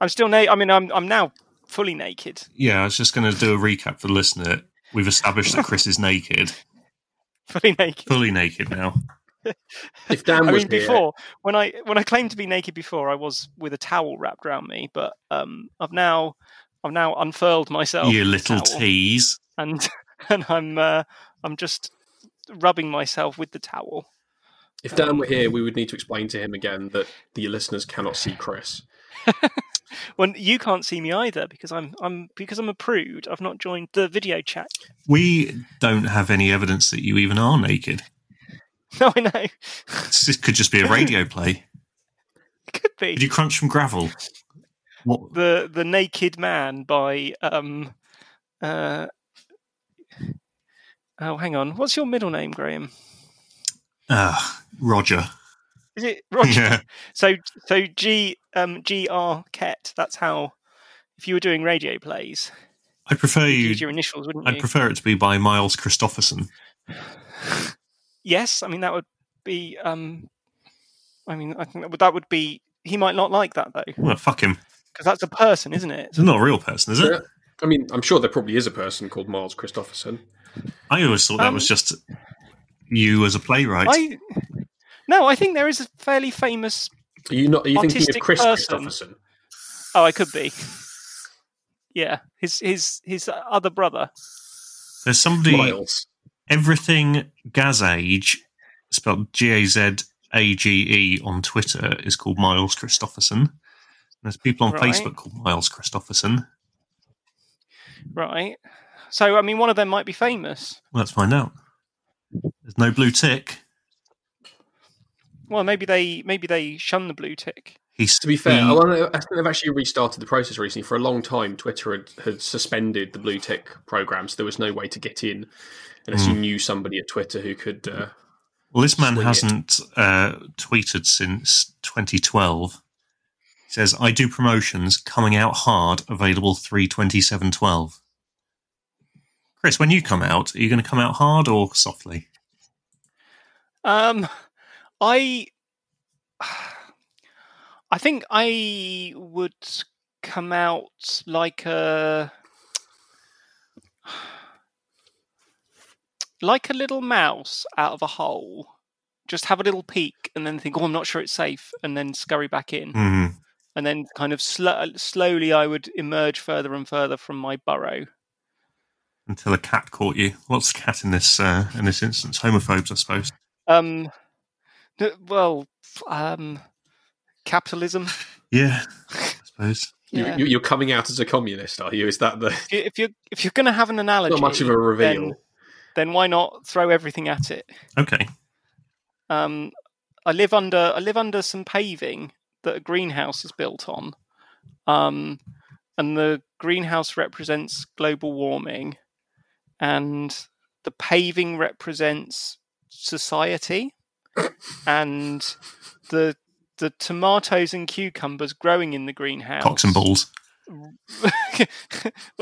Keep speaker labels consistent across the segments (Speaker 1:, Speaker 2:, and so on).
Speaker 1: I'm still naked. I mean, I'm I'm now fully naked.
Speaker 2: Yeah, I was just going to do a recap for the listener. We've established that Chris is naked,
Speaker 1: Fully naked.
Speaker 2: fully naked now.
Speaker 3: If Dan
Speaker 1: I
Speaker 3: was
Speaker 1: mean,
Speaker 3: here,
Speaker 1: before when I when I claimed to be naked before, I was with a towel wrapped around me, but um, I've now I've now unfurled myself.
Speaker 2: you little
Speaker 1: towel.
Speaker 2: tease.
Speaker 1: and and I'm uh, I'm just rubbing myself with the towel.
Speaker 3: if Dan were here, we would need to explain to him again that the listeners cannot see Chris.
Speaker 1: When you can't see me either because I'm I'm because I'm a prude. I've not joined the video chat.
Speaker 2: We don't have any evidence that you even are naked.
Speaker 1: No, I know.
Speaker 2: This could just be a radio play.
Speaker 1: Could
Speaker 2: Did
Speaker 1: be
Speaker 2: you crunch from gravel? What?
Speaker 1: the the Naked Man by um uh oh hang on what's your middle name Graham
Speaker 2: Ah, Roger.
Speaker 1: is it Roger
Speaker 2: Yeah.
Speaker 1: so so G um G R Ket that's how if you were doing radio plays
Speaker 2: I prefer
Speaker 1: you'd
Speaker 2: you.
Speaker 1: use your initials wouldn't you
Speaker 2: I'd prefer it to be by Miles Christopherson.
Speaker 1: yes i mean that would be um i mean i think that would, that would be he might not like that though
Speaker 2: Well, fuck him.
Speaker 1: because that's a person isn't it
Speaker 2: It's not a real person, is it?
Speaker 3: Yeah. I mean, I'm sure there probably is a person called Miles Christopherson.
Speaker 2: I always thought that
Speaker 1: Um,
Speaker 2: was just you as a playwright.
Speaker 1: i no i think there is a fairly famous
Speaker 3: Are you not? Are you thinking
Speaker 1: Autistic
Speaker 3: of Chris
Speaker 1: person.
Speaker 3: Christopherson?
Speaker 1: oh i could be yeah his his his other brother
Speaker 2: There's somebody.
Speaker 3: Miles.
Speaker 2: Everything Gazage, spelled G A Z A G E on Twitter, is called Miles Christopherson. And there's people on
Speaker 1: Right.
Speaker 2: Facebook called Miles Christopherson.
Speaker 1: right so i mean one of them might be famous
Speaker 2: Well, let's find out. There's no blue tick.
Speaker 1: well maybe they maybe they shun the blue tick
Speaker 2: He's
Speaker 3: To be fair,
Speaker 2: he-
Speaker 3: I, wanna- I think they've actually restarted the process recently. For a long time, Twitter had, had suspended the blue tick program, so there was no way to get in unless you knew somebody at Twitter who could. Uh,
Speaker 2: well, this man
Speaker 3: Swing it.
Speaker 2: hasn't uh, tweeted since 2012. He says, "I do promotions coming out hard, available 32712." Chris, when you come out, are you going to come out hard or softly?
Speaker 1: Um, I, I think I would come out like a, like a little mouse out of a hole. Just have a little peek and then think, oh, I'm not sure it's safe, and then scurry back in,
Speaker 2: Hmm.
Speaker 1: and then kind of sl- uh, slowly I would emerge further and further from my burrow.
Speaker 2: until a cat caught you. What's the cat in this uh, in this instance? Homophobes, I suppose.
Speaker 1: Um, th- well, um, capitalism.
Speaker 2: Yeah, I suppose.
Speaker 3: you,
Speaker 1: Yeah.
Speaker 3: you, you're coming out as a communist, are you? Is that the
Speaker 1: if you- if you're if you're going to have an analogy,
Speaker 3: not much of a reveal?
Speaker 1: Then, then why not throw everything at it?
Speaker 2: Okay.
Speaker 1: Um, I live under I live under some paving that a greenhouse is built on, um, and the greenhouse represents global warming, and the paving represents society, and the the tomatoes and cucumbers growing in the greenhouse
Speaker 2: Cocks and balls.
Speaker 1: well,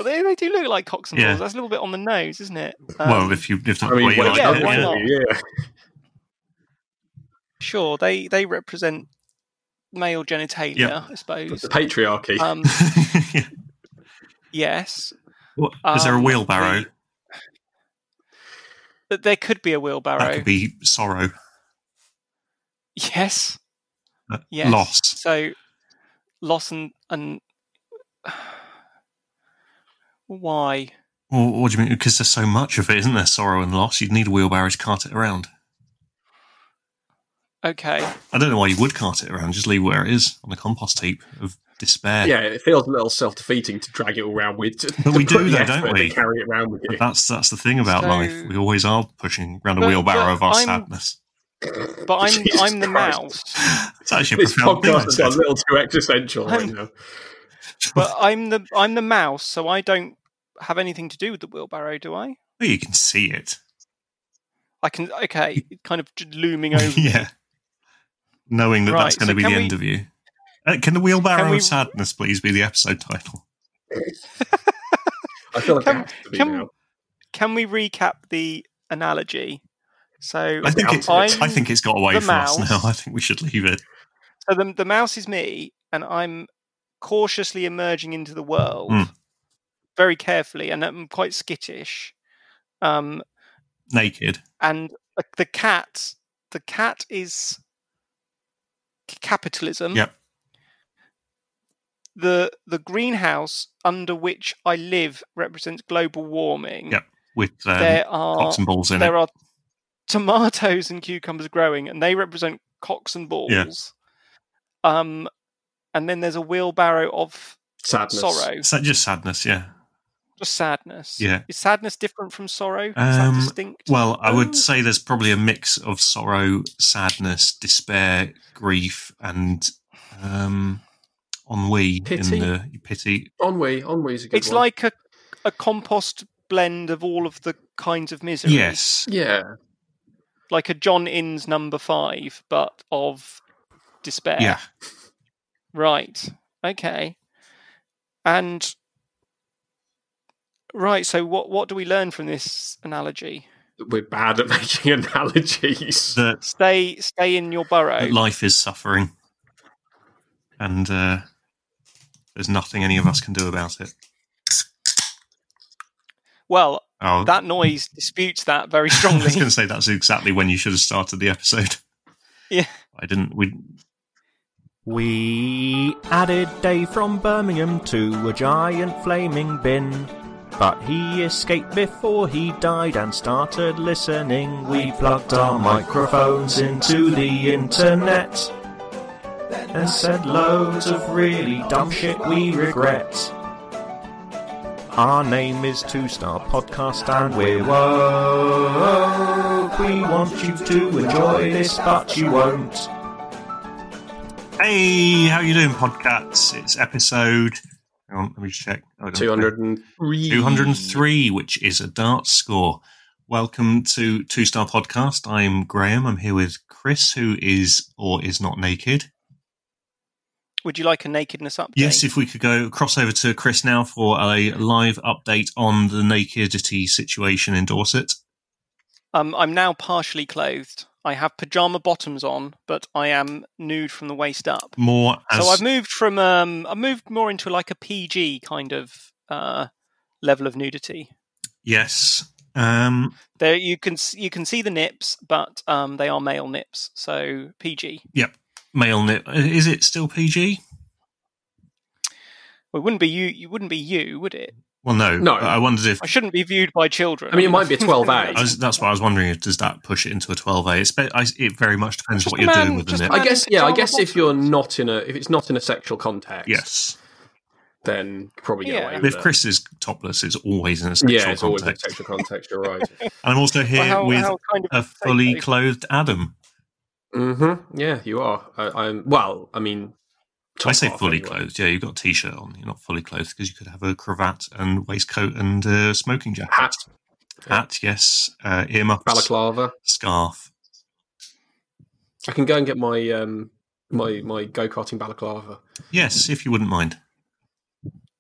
Speaker 1: they, they do look like cocks and
Speaker 2: Yeah.
Speaker 1: balls. That's a little bit on the nose, isn't it? Um,
Speaker 2: well, if you if that's
Speaker 3: I mean,
Speaker 2: what you
Speaker 3: well,
Speaker 2: like,
Speaker 1: yeah,
Speaker 2: it,
Speaker 1: why
Speaker 2: yeah.
Speaker 1: not?
Speaker 3: yeah.
Speaker 1: sure, they they represent male genitalia,
Speaker 2: Yeah.
Speaker 1: I suppose.
Speaker 3: The patriarchy.
Speaker 1: Um,
Speaker 2: Yeah.
Speaker 1: yes,
Speaker 2: What- Is there a
Speaker 1: Um,
Speaker 2: wheelbarrow?
Speaker 1: the but there could be a wheelbarrow.
Speaker 2: That could be sorrow,
Speaker 1: Yes,
Speaker 2: uh,
Speaker 1: Yes.
Speaker 2: loss.
Speaker 1: so loss and and why?
Speaker 2: Or, what do you mean? Because there's so much of it, isn't there? Sorrow and loss. You'd need a wheelbarrow to cart it around.
Speaker 1: Okay,
Speaker 2: I don't know why you would cart it around. Just leave it where it is on the compost heap of despair.
Speaker 3: yeah, it feels a little self-defeating to drag it all around with. To,
Speaker 2: But we
Speaker 3: to put
Speaker 2: do
Speaker 3: the
Speaker 2: though, don't
Speaker 3: effort to
Speaker 2: we?
Speaker 3: Carry it around with you.
Speaker 2: But that's that's the thing about
Speaker 1: So-
Speaker 2: life. We always are pushing around a
Speaker 1: But-
Speaker 2: wheelbarrow
Speaker 1: but
Speaker 2: of our
Speaker 1: I'm-
Speaker 2: sadness.
Speaker 1: but I'm
Speaker 3: Jesus
Speaker 1: I'm the
Speaker 3: Christ.
Speaker 1: mouse.
Speaker 2: It's actually a
Speaker 3: This
Speaker 2: profound thing. I
Speaker 3: podcast has
Speaker 2: said.
Speaker 3: got a little too existential right
Speaker 1: I'm-
Speaker 3: now.
Speaker 1: But I'm the I'm the mouse, so I don't have anything to do with the wheelbarrow, do I?
Speaker 2: Well, you can see it.
Speaker 1: I can okay, kind of j- looming over.
Speaker 2: yeah. Knowing that
Speaker 1: Right,
Speaker 2: that's going to
Speaker 1: so
Speaker 2: be the
Speaker 1: can we-
Speaker 2: end of you. Uh, can the wheelbarrow
Speaker 1: Can we-
Speaker 2: of sadness please be the episode title?
Speaker 3: I feel like
Speaker 1: Can-
Speaker 3: it has to be
Speaker 1: can-
Speaker 3: now.
Speaker 1: Can we recap the analogy? So
Speaker 2: I think it,
Speaker 1: I'm
Speaker 2: I think it's got away
Speaker 1: the
Speaker 2: from us
Speaker 1: mouse.
Speaker 2: now. I think we should leave it.
Speaker 1: so the, the mouse is me, and I'm cautiously emerging into the world
Speaker 2: Mm.
Speaker 1: very carefully and um, quite skittish. Um,
Speaker 2: naked.
Speaker 1: and the, the cat the cat is c- capitalism
Speaker 2: Yep.
Speaker 1: the the greenhouse under which i live represents global warming
Speaker 2: Yep. With um,
Speaker 1: there are
Speaker 2: cocks and balls in
Speaker 1: there
Speaker 2: it.
Speaker 1: are tomatoes and cucumbers growing and they represent cocks and balls um and then there's a wheelbarrow of
Speaker 3: Sadness.
Speaker 1: sorrow
Speaker 2: Is that just sadness? Yeah.
Speaker 1: just sadness
Speaker 2: Yeah.
Speaker 1: is sadness different from sorrow is
Speaker 2: Um,
Speaker 1: that distinct
Speaker 2: Well, I
Speaker 1: Oh.
Speaker 2: would say there's probably a mix of sorrow, sadness, despair, grief, and um, ennui
Speaker 3: Pity.
Speaker 2: in the pity.
Speaker 3: Ennui. Ennui is a good
Speaker 1: it's
Speaker 3: one.
Speaker 1: like a, a compost blend of all of the kinds of misery
Speaker 2: Yes,
Speaker 3: Yeah.
Speaker 1: like a John Innes number five, but of despair.
Speaker 2: yeah,
Speaker 1: Right. Okay. And right. So what what do we learn from this analogy?
Speaker 3: We're bad at making analogies.
Speaker 2: that
Speaker 1: Stay stay in your burrow.
Speaker 2: that life is suffering, and uh, there's nothing any of us can do about it.
Speaker 1: Well,
Speaker 2: Oh,
Speaker 1: that noise disputes that very
Speaker 2: I was going
Speaker 1: strongly.
Speaker 2: to say that's exactly when you should have started the episode.
Speaker 1: Yeah.
Speaker 2: I didn't. We
Speaker 4: We added Dave from Birmingham to a giant flaming bin. But he escaped before he died and started listening. We plugged our microphones into the internet and said loads of really dumb shit we regret. Our name is Two Star Podcast and we're woke. We want you to enjoy this, but you won't.
Speaker 2: Hey, how you doing, podcasts? It's episode. Hang on, let me just check. Oh, I don't-
Speaker 3: 203.
Speaker 2: 203, which is a dart score. Welcome to Two Star Podcast. I'm Graham. I'm here with Chris, who is or is not naked.
Speaker 1: Would you like a nakedness update?
Speaker 2: Yes, if we could go cross over to Chris now for a live update on the nakedity situation in Dorset.
Speaker 1: Um, I'm now partially clothed. I have pajama bottoms on, but I am nude from the waist up.
Speaker 2: More as
Speaker 1: so I've moved from um, I moved more into like a PG kind of uh, level of nudity.
Speaker 2: yes. Um,
Speaker 1: There you can s- you can see the nips, but um, they are male nips, so PG.
Speaker 2: male nip. Is it still PG?
Speaker 1: Well, it wouldn't be you. You wouldn't be you, would it?
Speaker 2: Well, no.
Speaker 3: No.
Speaker 2: But I wondered if
Speaker 1: I shouldn't be viewed by children.
Speaker 3: I mean, it might be a 12A.
Speaker 2: I was, that's what I was wondering. Does that push it into a 12A? It's, be- I, it very much depends
Speaker 1: Just
Speaker 2: what
Speaker 1: a
Speaker 2: you're
Speaker 1: man-
Speaker 2: doing with
Speaker 1: just
Speaker 2: it.
Speaker 1: a
Speaker 3: I guess, yeah, I
Speaker 1: Pajama
Speaker 3: guess if you're not in a, if it's not in a sexual context,
Speaker 2: Yes.
Speaker 3: then you could probably get
Speaker 1: Yeah.
Speaker 3: away
Speaker 2: But
Speaker 3: with
Speaker 2: If
Speaker 3: it.
Speaker 2: Chris is topless, it's always in a sexual
Speaker 3: yeah, it's always in a
Speaker 2: context.
Speaker 3: sexual context, you're right.
Speaker 2: And I'm also here
Speaker 1: Well, how,
Speaker 2: with
Speaker 1: how kind of
Speaker 2: a fully
Speaker 1: safe,
Speaker 2: clothed Adam.
Speaker 3: Mm-hmm. Yeah, you are. I, I'm well. I mean,
Speaker 2: I
Speaker 3: top
Speaker 2: say
Speaker 3: half
Speaker 2: fully
Speaker 3: anyway.
Speaker 2: clothed. Yeah, you've got a t-shirt on. You're not fully clothed because you could have a cravat and waistcoat and uh, smoking jacket,
Speaker 3: Hat,
Speaker 2: hat, yes, uh, earmuffs,
Speaker 3: balaclava.
Speaker 2: scarf.
Speaker 3: I can go and get my um my my go karting balaclava.
Speaker 2: Yes, if you wouldn't mind.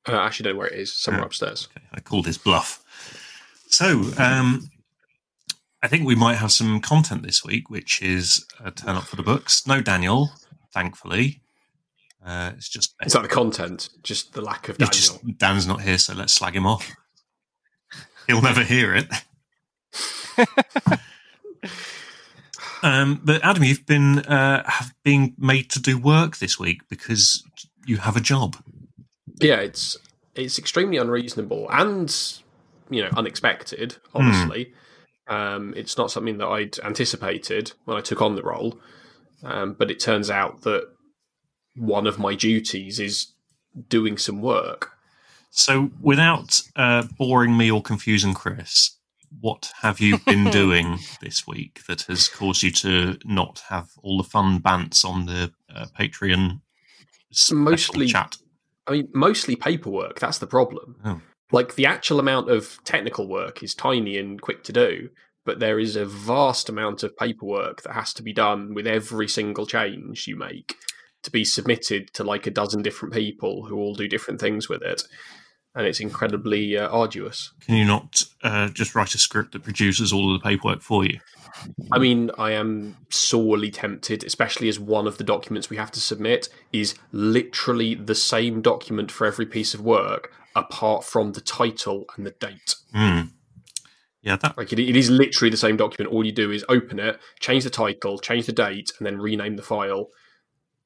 Speaker 3: Uh, I actually don't know where it is. Somewhere
Speaker 2: Yeah.
Speaker 3: upstairs.
Speaker 2: Oh, Okay, I called his bluff. So, um, I think we might have some content this week, which is a turn up for the books. No Daniel, thankfully. Uh, it's just
Speaker 3: Is that the content? Just the lack of
Speaker 2: It's
Speaker 3: Daniel.
Speaker 2: just Dan's not here, so let's slag him off. He'll never hear it. um, but Adam, you've been uh, have been made to do work this week because you have a job.
Speaker 3: yeah, it's it's extremely unreasonable and you know unexpected.
Speaker 2: Hmm.
Speaker 3: Obviously, um, it's not something that I'd anticipated when I took on the role. Um, but it turns out that one of my duties is doing some work.
Speaker 2: So, without uh, boring me or confusing Chris, what have you been doing this week that has caused you to not have all the fun bants on the uh, Patreon special
Speaker 3: Mostly-
Speaker 2: chat?
Speaker 3: I mean, mostly paperwork. That's the problem.
Speaker 2: Oh.
Speaker 3: Like the actual amount of technical work is tiny and quick to do, but there is a vast amount of paperwork that has to be done with every single change you make to be submitted to like a dozen different people who all do different things with it. and it's incredibly uh, arduous.
Speaker 2: Can you not uh, just write a script that produces all of the paperwork for you?
Speaker 3: I mean, I am sorely tempted, especially as one of the documents we have to submit is literally the same document for every piece of work, apart from the title and the date.
Speaker 2: Hmm. Yeah, that
Speaker 3: Like it, it is literally the same document. All you do is open it, change the title, change the date, and then rename the file.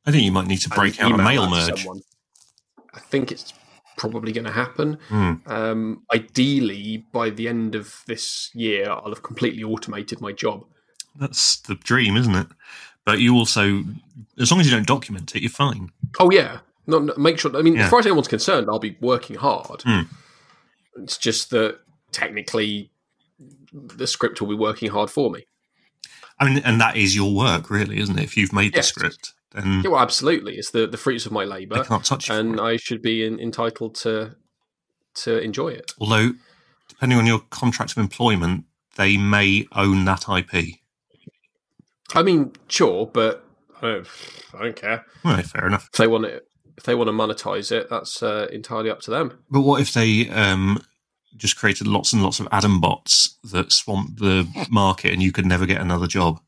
Speaker 2: I think you might need to
Speaker 3: and
Speaker 2: break out a
Speaker 3: email
Speaker 2: mail
Speaker 3: that to
Speaker 2: merge.
Speaker 3: someone. I think it's probably going to happen.
Speaker 2: Hmm.
Speaker 3: Um, ideally, by the end of this year, I'll have completely automated my job.
Speaker 2: That's the dream, isn't it? But you also, as long as you don't document it, you're fine.
Speaker 3: Oh yeah, no, no, make sure. I mean,
Speaker 2: Yeah.
Speaker 3: as far as anyone's concerned, I'll be working hard.
Speaker 2: Hmm.
Speaker 3: It's just that technically, the script will be working hard for me.
Speaker 2: I mean, and that is your work, really, isn't it? If you've made
Speaker 3: Yes.
Speaker 2: the script, then
Speaker 3: Yeah, well, absolutely, it's the the fruits of my
Speaker 2: they
Speaker 3: labour,
Speaker 2: can't touch you. for
Speaker 3: and
Speaker 2: it.
Speaker 3: I should be in, entitled to to enjoy it.
Speaker 2: Although, depending on your contract of employment, they may own that IP.
Speaker 3: I mean, sure, but I don't, I don't care
Speaker 2: Right, fair enough.
Speaker 3: if they want to If they want to monetize it, that's uh, entirely up to them.
Speaker 2: But what if they um, just created lots and lots of Adam bots that swamped the market and you could never get another job?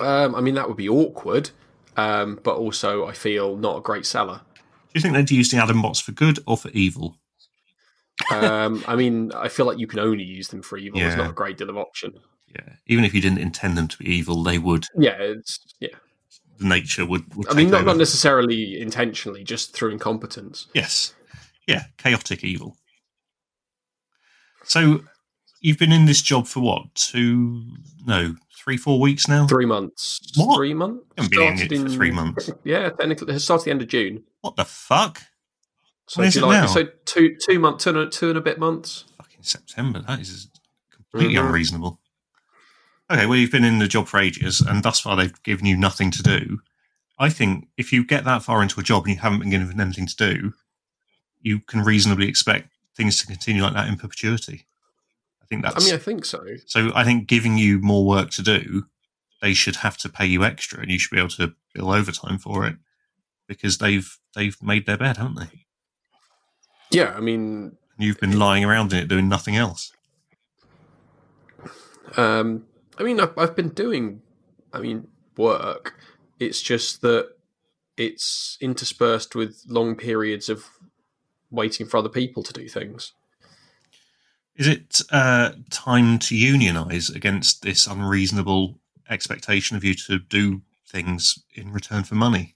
Speaker 3: Um, I mean, that would be awkward, um, but also I feel not a great seller.
Speaker 2: Do you think they'd use the Adam bots for good or for evil?
Speaker 3: um, I mean, I feel like you can only use them for evil. There's
Speaker 2: Yeah.
Speaker 3: not a great deal of option.
Speaker 2: Yeah, even if you didn't intend them to be evil, they would.
Speaker 3: Yeah, it's yeah.
Speaker 2: Nature would. would
Speaker 3: I mean,
Speaker 2: take
Speaker 3: not,
Speaker 2: over.
Speaker 3: not necessarily intentionally, just through incompetence.
Speaker 2: Yes. Yeah, chaotic evil. So you've been in this job for what? Two no, three, four weeks now?
Speaker 3: Three months.
Speaker 2: What?
Speaker 3: Three months.
Speaker 2: I haven't been in it
Speaker 3: Started
Speaker 2: for three months.
Speaker 3: Yeah, technically, it started at the end of June.
Speaker 2: What the fuck?
Speaker 3: So
Speaker 2: When is it
Speaker 3: July.
Speaker 2: now?
Speaker 3: So two two months, two, and a- two and a bit months.
Speaker 2: Fucking September. That is completely
Speaker 3: Mhm.
Speaker 2: unreasonable. Okay, well you've been in the job for ages and thus far they've given you nothing to do. I think if you get that far into a job and you haven't been given anything to do, you can reasonably expect things to continue like that in perpetuity. I think that's
Speaker 3: I mean, I think so.
Speaker 2: So I think giving you more work to do, they should have to pay you extra, and you should be able to bill overtime for it because they've they've made their bed, haven't they?
Speaker 3: Yeah, I mean,
Speaker 2: And you've been lying around in it doing nothing else.
Speaker 3: um, I mean, I've, I've been doing, I mean, work. It's just that it's interspersed with long periods of waiting for other people to do things.
Speaker 2: Is it uh, time to unionize against this unreasonable expectation of you to do things in return for money?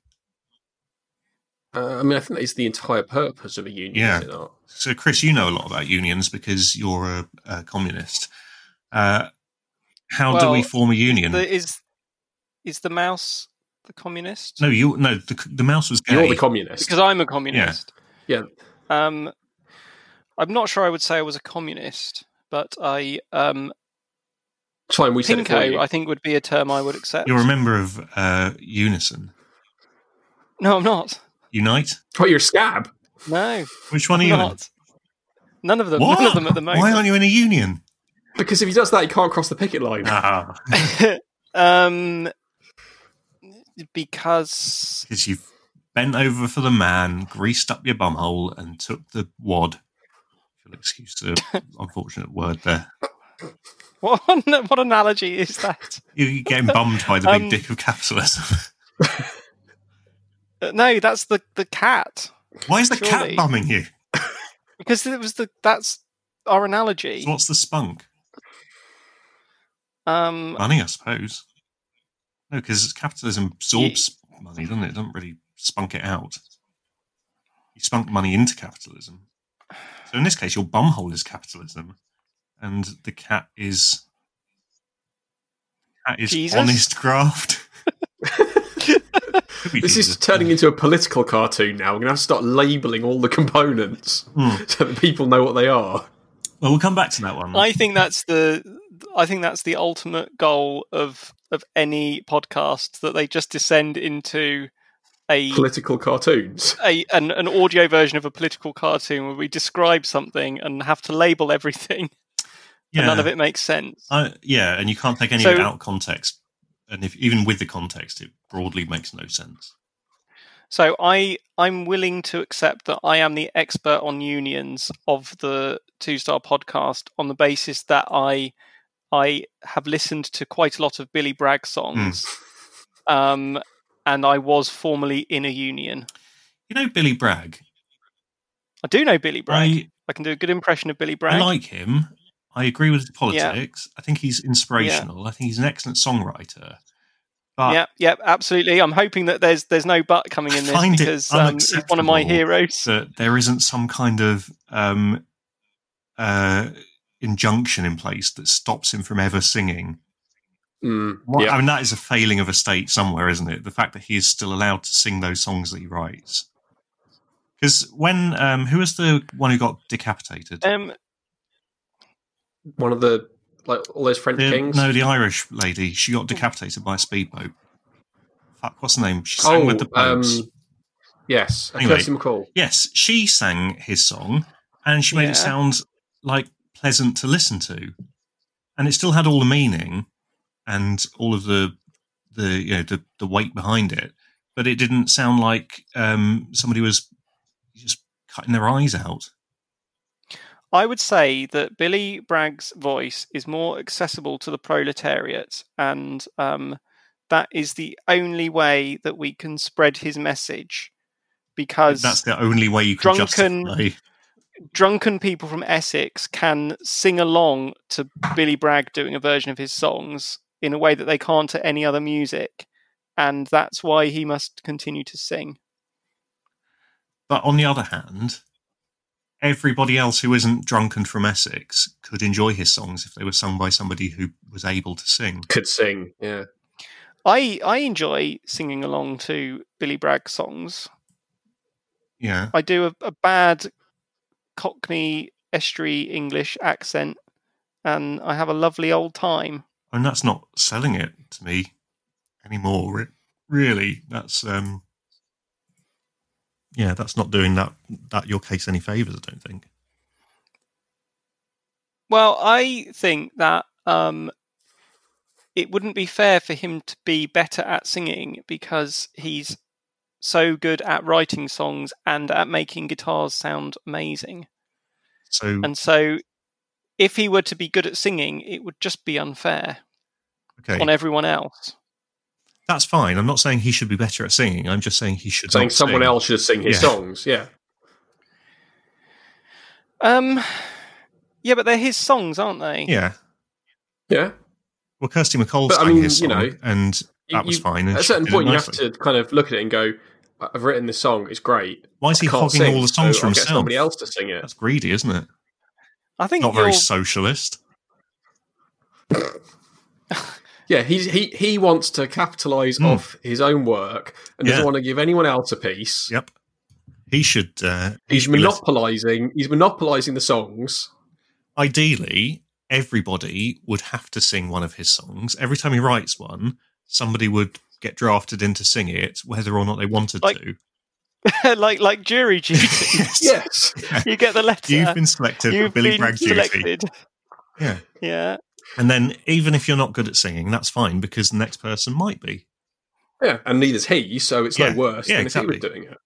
Speaker 3: Uh, I mean, I think that is the entire purpose of a union,
Speaker 2: Yeah.
Speaker 3: is it not?
Speaker 2: So, Chris, you know a lot about unions because you're a, a communist. Uh, how do we
Speaker 1: Well,
Speaker 2: form a union?
Speaker 1: The- is is the mouse the communist?
Speaker 2: no, you no. The, the mouse was gay.
Speaker 3: You're the communist.
Speaker 1: because I'm a communist.
Speaker 3: Yeah.
Speaker 1: Um, I'm not sure I would say I was a communist, but I um,
Speaker 3: It's fine, we said it for
Speaker 1: pinko
Speaker 3: you.
Speaker 1: I think would be a term I would accept.
Speaker 2: You're a member of uh, Unison.
Speaker 1: no, I'm not.
Speaker 2: Unite?
Speaker 3: Oh, you're a scab.
Speaker 1: No,
Speaker 2: Which one are
Speaker 1: I'm
Speaker 2: you in?
Speaker 1: not. None of them.
Speaker 2: What?
Speaker 1: None of them at the moment.
Speaker 2: Why aren't you in a union?
Speaker 3: Because if he does that, he can't cross the picket line.
Speaker 2: Ah,
Speaker 1: um, because
Speaker 2: because you've bent over for the man, greased up your bumhole, and took the wad. If you'll excuse the unfortunate word there.
Speaker 1: what? What analogy is that?
Speaker 2: You're getting bummed by the big
Speaker 1: Um,
Speaker 2: dick of capitalism.
Speaker 1: Uh, No, that's the the cat.
Speaker 2: Why is the
Speaker 1: surely.
Speaker 2: cat bumming you?
Speaker 1: Because it was the that's our analogy.
Speaker 2: So what's the spunk?
Speaker 1: Um,
Speaker 2: Money, I suppose. No, because capitalism absorbs money, doesn't it? It doesn't really spunk it out. You spunk money into capitalism. So in this case, your bumhole is capitalism, and the cat is cat is
Speaker 1: Jesus?
Speaker 2: honest graft. Could be
Speaker 3: This
Speaker 2: Jesus.
Speaker 3: is turning into a political cartoon now. We're going to have to start labelling all the components
Speaker 2: Hmm.
Speaker 3: so that people know what they are.
Speaker 2: Well, we'll come back to that one.
Speaker 1: I think that's the I think that's the ultimate goal of of any podcast that they just descend into a
Speaker 3: Political cartoons.
Speaker 1: a an, an audio version of a political cartoon where we describe something and have to label everything
Speaker 2: yeah,
Speaker 1: and none of it makes sense.
Speaker 2: I- yeah, and you can't take any
Speaker 1: So-
Speaker 2: of it out of context, and if even with the context, it broadly makes no sense.
Speaker 1: So I I'm willing to accept that I am the expert on unions of the Two Star podcast on the basis that I I have listened to quite a lot of Billy Bragg
Speaker 2: Hmm.
Speaker 1: songs, um, and I was formerly in a union.
Speaker 2: You know Billy Bragg.
Speaker 1: I do know Billy Bragg.
Speaker 2: I,
Speaker 1: I can do a good impression of Billy
Speaker 2: I
Speaker 1: Bragg.
Speaker 2: like him. I agree with his politics. I think he's inspirational. I think he's an excellent songwriter. But
Speaker 1: Yep, yep, absolutely. I'm hoping that there's there's no but coming in this
Speaker 2: Find it
Speaker 1: because um, he's one of my
Speaker 2: unacceptable
Speaker 1: heroes.
Speaker 2: that there isn't some kind of um, uh, injunction in place that stops him from ever singing.
Speaker 3: Mm,
Speaker 2: What-
Speaker 3: yeah.
Speaker 2: I mean, that is a failing of a state somewhere, isn't it? The fact that he is still allowed to sing those songs that he writes. Because when um, who was the one who got decapitated?
Speaker 1: Um,
Speaker 3: One of the like all those French
Speaker 2: The-
Speaker 3: kings.
Speaker 2: no, the Irish lady. She got decapitated by a speedboat. Fuck, what's her name? She sang
Speaker 3: oh,
Speaker 2: with the
Speaker 3: um,
Speaker 2: popes.
Speaker 3: yes,
Speaker 2: Anyway.
Speaker 3: Kirsty McCall.
Speaker 2: Yes, she sang his song and she made
Speaker 1: Yeah.
Speaker 2: it sound like pleasant to listen to. And it still had all the meaning and all of the the you know the, the weight behind it, but it didn't sound like um, somebody was just cutting their eyes out.
Speaker 1: I would say that Billy Bragg's voice is more accessible to the proletariat, and um, that is the only way that we can spread his message. Because
Speaker 2: That's the only way you can
Speaker 1: drunken-
Speaker 2: justify.
Speaker 1: drunken people from Essex can sing along to Billy Bragg doing a version of his songs in a way that they can't to any other music, and that's why he must continue to sing.
Speaker 2: But on the other hand, everybody else who isn't drunken from Essex could enjoy his songs if they were sung by somebody who was able to sing.
Speaker 3: Could sing. Yeah.
Speaker 1: I I enjoy singing along to Billy Bragg songs.
Speaker 2: Yeah.
Speaker 1: I do a, a bad Cockney estuary English accent, and I have a lovely old time.
Speaker 2: and that's not selling it to me anymore. re- really, that's um, yeah, that's not doing that that your case any favors. I don't think.
Speaker 1: Well, I think that um, it wouldn't be fair for him to be better at singing because he's so good at writing songs and at making guitars sound amazing.
Speaker 2: So
Speaker 1: And so, if he were to be good at singing, it would just be unfair
Speaker 2: okay,
Speaker 1: on everyone else.
Speaker 2: that's fine. I'm not saying he should be better at singing. I'm just saying he should.
Speaker 3: Saying
Speaker 2: not
Speaker 3: someone
Speaker 2: sing.
Speaker 3: else should sing his
Speaker 2: Yeah.
Speaker 3: songs. Yeah.
Speaker 1: Um, yeah, but they're his songs, aren't they?
Speaker 2: Yeah.
Speaker 3: Yeah.
Speaker 2: Well, Kirsty McCall
Speaker 3: But, I
Speaker 2: sang
Speaker 3: mean,
Speaker 2: his
Speaker 3: you
Speaker 2: song,
Speaker 3: know,
Speaker 2: and that
Speaker 3: You-
Speaker 2: was
Speaker 3: you-
Speaker 2: fine. and
Speaker 3: At a
Speaker 2: she
Speaker 3: certain
Speaker 2: did it
Speaker 3: point, you have
Speaker 2: nicely.
Speaker 3: to kind of look at it and go, "I've written this song. It's great.
Speaker 2: Why is
Speaker 3: I
Speaker 2: he
Speaker 3: can't
Speaker 2: hogging
Speaker 3: sing,
Speaker 2: all the songs
Speaker 3: so
Speaker 2: for
Speaker 3: I'll get
Speaker 2: himself?
Speaker 3: somebody else to sing it.
Speaker 2: That's greedy, isn't it?
Speaker 1: I think
Speaker 2: Not very
Speaker 1: you're-
Speaker 2: socialist.
Speaker 3: Yeah, he's, he he wants to capitalize
Speaker 2: Hmm.
Speaker 3: off his own work and
Speaker 2: Yeah.
Speaker 3: doesn't want to give anyone else a piece.
Speaker 2: Yep. He should. Uh, he
Speaker 3: He's
Speaker 2: should be less-
Speaker 3: monopolizing. He's monopolizing the songs.
Speaker 2: ideally, everybody would have to sing one of his songs. Every time he writes one, somebody would get drafted in to sing it, whether or not they wanted
Speaker 1: Like-
Speaker 2: to.
Speaker 1: like like jury duty.
Speaker 2: Yes.
Speaker 3: Yes,
Speaker 1: you get the letter.
Speaker 3: Uh,
Speaker 2: You've been selected
Speaker 1: You've
Speaker 2: for Billy
Speaker 1: been
Speaker 2: Bragg duty.
Speaker 1: selected.
Speaker 2: Yeah.
Speaker 1: Yeah.
Speaker 2: And then, even if you're not good at singing, that's fine because the next person might be.
Speaker 3: yeah, and neither's he, so it's
Speaker 2: Yeah.
Speaker 3: no worse
Speaker 2: Yeah,
Speaker 3: than if he
Speaker 2: exactly.
Speaker 3: was doing it.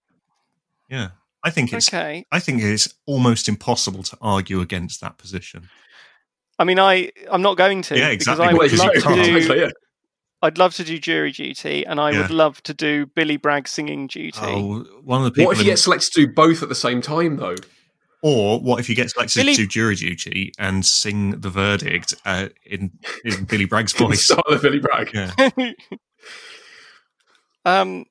Speaker 2: Yeah. I think it's.
Speaker 1: Okay.
Speaker 2: I think it's almost impossible to argue against that position.
Speaker 1: I mean, I I'm not going to
Speaker 2: Yeah, exactly,
Speaker 1: because I
Speaker 2: Well,
Speaker 1: would
Speaker 2: because
Speaker 1: love
Speaker 2: you
Speaker 1: to do.
Speaker 2: can't.
Speaker 3: Exactly, yeah.
Speaker 1: I'd love to do jury duty, and I would
Speaker 2: Yeah.
Speaker 1: love to do Billy Bragg singing duty.
Speaker 2: Oh, one of the people,
Speaker 3: What if he
Speaker 2: in-
Speaker 3: gets selected to do both at the same time, though?
Speaker 2: or what if you get selected
Speaker 1: Billy-
Speaker 2: to jury duty and sing the verdict uh, in, in Billy Bragg's voice?
Speaker 3: Start the Billy Bragg.
Speaker 2: yeah,
Speaker 1: um,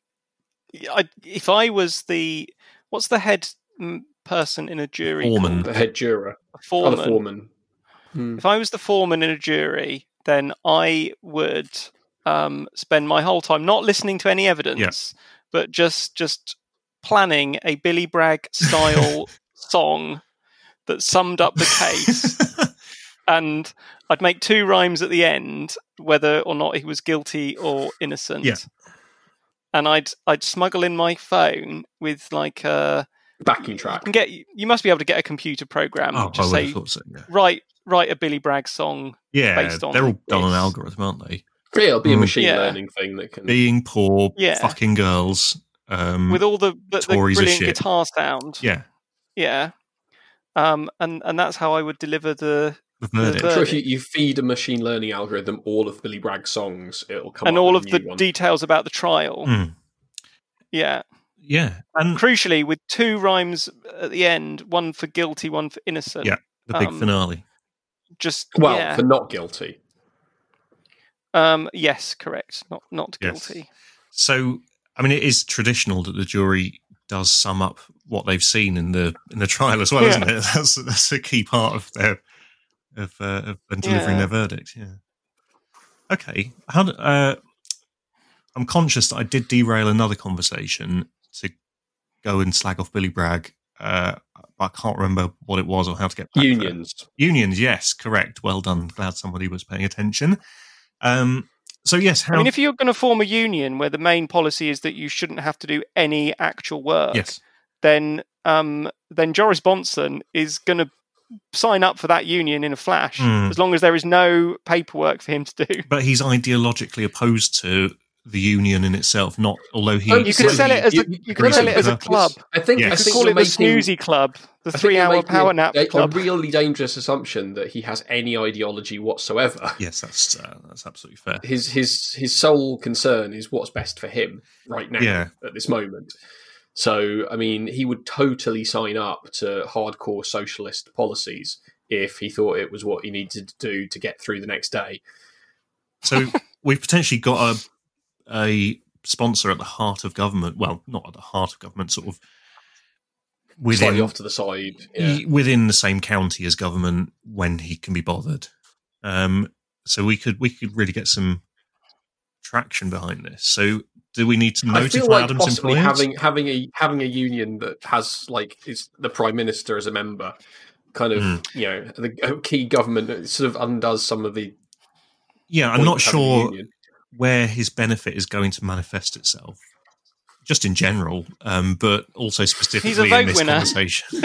Speaker 1: I, if I was the what's the head mm, person in a jury?
Speaker 2: Foreman.
Speaker 1: called?
Speaker 3: The head juror,
Speaker 1: A
Speaker 3: Oh,
Speaker 1: foreman.
Speaker 3: the foreman. Hmm.
Speaker 1: If I was the foreman in a jury, then I would um, spend my whole time not listening to any evidence, but just just planning a Billy Bragg style song that summed up the case. and I'd make two rhymes at the end, whether or not he was guilty or innocent.
Speaker 2: Yeah.
Speaker 1: And I'd I'd smuggle in my phone with like a
Speaker 3: Backing track.
Speaker 1: you can get you must be able to get a computer program
Speaker 2: Oh,
Speaker 1: which
Speaker 2: I
Speaker 1: just
Speaker 2: would have
Speaker 1: say
Speaker 2: thought so. Yeah,
Speaker 1: write write a Billy Bragg song.
Speaker 2: yeah
Speaker 1: based on Mm.
Speaker 2: they're all done on
Speaker 1: this.
Speaker 2: algorithm, aren't they?
Speaker 3: Yeah, it'll be a
Speaker 2: Hmm.
Speaker 3: machine
Speaker 1: Yeah.
Speaker 3: learning thing that can.
Speaker 2: Being poor,
Speaker 1: Yeah.
Speaker 2: fucking girls, Um,
Speaker 1: with all the, the, the
Speaker 2: Tories are
Speaker 1: brilliant
Speaker 2: shit.
Speaker 1: guitar sound.
Speaker 2: yeah,
Speaker 1: Yeah. Um, and and that's how I would deliver the
Speaker 2: the verdict.
Speaker 1: ver-
Speaker 3: Sure, if you, you feed a machine learning algorithm all of Billy Bragg's songs, it'll come
Speaker 1: and
Speaker 3: up
Speaker 1: all
Speaker 3: with
Speaker 1: of
Speaker 3: a
Speaker 1: the
Speaker 3: new one.
Speaker 1: details about the trial.
Speaker 2: Hmm.
Speaker 1: Yeah.
Speaker 2: Yeah, and
Speaker 1: Crucially, with two rhymes at the end, one for guilty, one for innocent.
Speaker 2: Yeah. the big
Speaker 1: um,
Speaker 2: finale.
Speaker 1: Just
Speaker 3: well,
Speaker 1: yeah.
Speaker 3: for not guilty.
Speaker 1: Um, yes, correct. Not not
Speaker 2: Yes.
Speaker 1: guilty.
Speaker 2: So, I mean, it is traditional that the jury does sum up what they've seen in the in the trial as well,
Speaker 1: Yeah.
Speaker 2: isn't it? That's that's a key part of their of, uh, of them delivering
Speaker 1: Yeah.
Speaker 2: their verdict. Yeah. Okay. How? Do, uh, I'm conscious that I did derail another conversation to go and slag off Billy Bragg. Uh, but I can't remember what it was or how to get back to it.
Speaker 3: Unions.
Speaker 2: Unions, yes, correct. Well done. Glad somebody was paying attention. Um, so yes, how?
Speaker 1: I mean, if you're going to form a union where the main policy is that you shouldn't have to do any actual work,
Speaker 2: yes,
Speaker 1: then um, then Joris Bonson is going to sign up for that union in a flash,
Speaker 2: Hmm.
Speaker 1: as long as there is no paperwork for him to do.
Speaker 2: but he's ideologically opposed to the union in itself. Not although he,
Speaker 3: Oh,
Speaker 1: You could
Speaker 3: So
Speaker 1: sell it as
Speaker 3: you-
Speaker 1: a,
Speaker 3: you-
Speaker 1: you could sell it as a
Speaker 2: Reason.
Speaker 1: club.
Speaker 3: I think
Speaker 2: Yeah.
Speaker 3: I
Speaker 1: You could
Speaker 3: think
Speaker 1: call
Speaker 3: you're
Speaker 1: it the
Speaker 3: making-
Speaker 1: Snoozy Club, the
Speaker 3: I think you're
Speaker 1: three-hour
Speaker 3: making
Speaker 1: power
Speaker 3: a,
Speaker 1: nap
Speaker 3: a,
Speaker 1: club.
Speaker 3: A really dangerous assumption that he has any ideology whatsoever.
Speaker 2: yes, that's uh, that's absolutely fair.
Speaker 3: His his his sole concern is what's best for him right now
Speaker 2: Yeah.
Speaker 3: at this moment. So I mean, he would totally sign up to hardcore socialist policies if he thought it was what he needed to do to get through the next day.
Speaker 2: So we've potentially got a a sponsor at the heart of government. Well, not at the heart of government, sort of
Speaker 3: Slightly
Speaker 2: within
Speaker 3: off to the side. Yeah.
Speaker 2: y- within the same county as government when he can be bothered. Um, so we could we could really get some traction behind this. So do we need to
Speaker 3: I
Speaker 2: notify
Speaker 3: feel like
Speaker 2: Adam's
Speaker 3: possibly
Speaker 2: employers?
Speaker 3: having having a having a union that has like is the prime minister as a member, kind of
Speaker 2: Mm.
Speaker 3: you know the key government that sort of undoes some of the.
Speaker 2: yeah, I'm
Speaker 3: point
Speaker 2: not
Speaker 3: of having a
Speaker 2: sure
Speaker 3: union.
Speaker 2: where his benefit is going to manifest itself, just in general, um, but also specifically in
Speaker 1: vote
Speaker 2: this
Speaker 1: winner.
Speaker 2: conversation.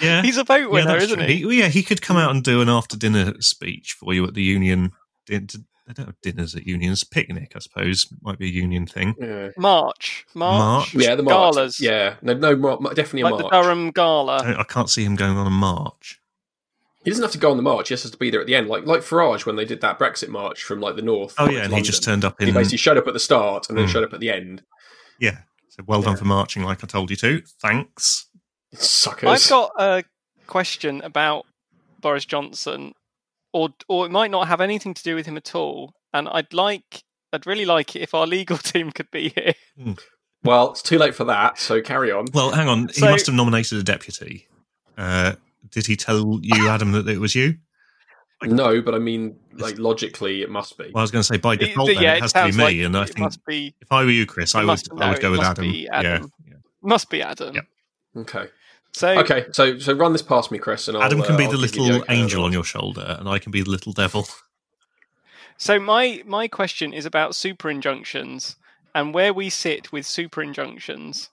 Speaker 2: yeah,
Speaker 1: He's a vote winner,
Speaker 2: that's
Speaker 1: isn't
Speaker 2: true.
Speaker 1: he?
Speaker 2: Yeah, he could come out and do an after dinner speech for you at the union. They don't have dinners at unions. Picnic, I suppose, might be a union thing.
Speaker 3: Yeah.
Speaker 1: March, March,
Speaker 3: Yeah, the march.
Speaker 1: galas,
Speaker 3: Yeah, no, no, mar- mar- definitely a
Speaker 1: like the
Speaker 3: march.
Speaker 1: Durham Gala.
Speaker 2: I, I can't see him going on a march.
Speaker 3: He doesn't have to go on the march. He just has to be there at the end, like like Farage when they did that Brexit march from like the north.
Speaker 2: Oh
Speaker 3: up
Speaker 2: yeah,
Speaker 3: to
Speaker 2: and he just
Speaker 3: London.
Speaker 2: turned up
Speaker 3: He
Speaker 2: in.
Speaker 3: basically showed up at the start and then
Speaker 2: Mm.
Speaker 3: showed up at the end.
Speaker 2: Yeah, so well done for marching, like I told you to. Thanks.
Speaker 3: Suckers.
Speaker 1: I've got a question about Boris Johnson, or or it might not have anything to do with him at all. And I'd like, I'd really like it if our legal team could be here.
Speaker 3: Well, it's too late for that, so carry on.
Speaker 2: Well, hang on.
Speaker 1: So-
Speaker 2: he must have nominated a deputy. Uh, did he tell you, Adam, that it was you?
Speaker 3: No, but I mean, like logically, it must be.
Speaker 2: Well, I was going to say by default,
Speaker 1: It-
Speaker 2: then, it has to be
Speaker 1: sounds
Speaker 2: me.
Speaker 1: like
Speaker 2: and I
Speaker 1: it
Speaker 2: think
Speaker 1: must be
Speaker 2: if I were you, Chris, I
Speaker 1: it
Speaker 2: would
Speaker 1: must-
Speaker 2: I
Speaker 1: no,
Speaker 2: would go
Speaker 1: it
Speaker 2: with
Speaker 1: must
Speaker 2: Adam.
Speaker 1: be Adam.
Speaker 2: Yeah.
Speaker 1: must be Adam.
Speaker 2: Yep.
Speaker 3: Okay.
Speaker 1: So
Speaker 3: Okay, so so run this past me, Chris, and I'll,
Speaker 2: Adam can be
Speaker 3: uh,
Speaker 2: the
Speaker 3: I'll give you
Speaker 2: little
Speaker 3: okay
Speaker 2: angel on
Speaker 3: otherwise.
Speaker 2: your shoulder, and I can be the little devil.
Speaker 1: So my my question is about super injunctions and where we sit with super injunctions.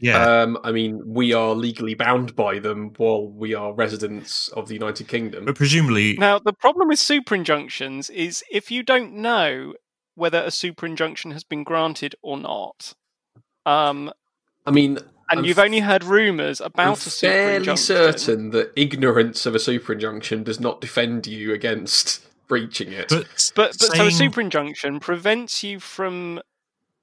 Speaker 2: Yeah,
Speaker 3: Um, I mean, we are legally bound by them while we are residents of the United Kingdom.
Speaker 2: but presumably,
Speaker 1: Now the problem with super injunctions is if you don't know whether a super injunction has been granted or not, um,
Speaker 3: I mean,
Speaker 1: and
Speaker 3: I'm
Speaker 1: you've only heard rumours
Speaker 3: I'm
Speaker 1: about a super
Speaker 3: fairly
Speaker 1: injunction.
Speaker 3: certain that ignorance of a super injunction does not defend you against breaching it.
Speaker 2: but
Speaker 1: But, but so a
Speaker 2: saying-
Speaker 1: super injunction prevents you from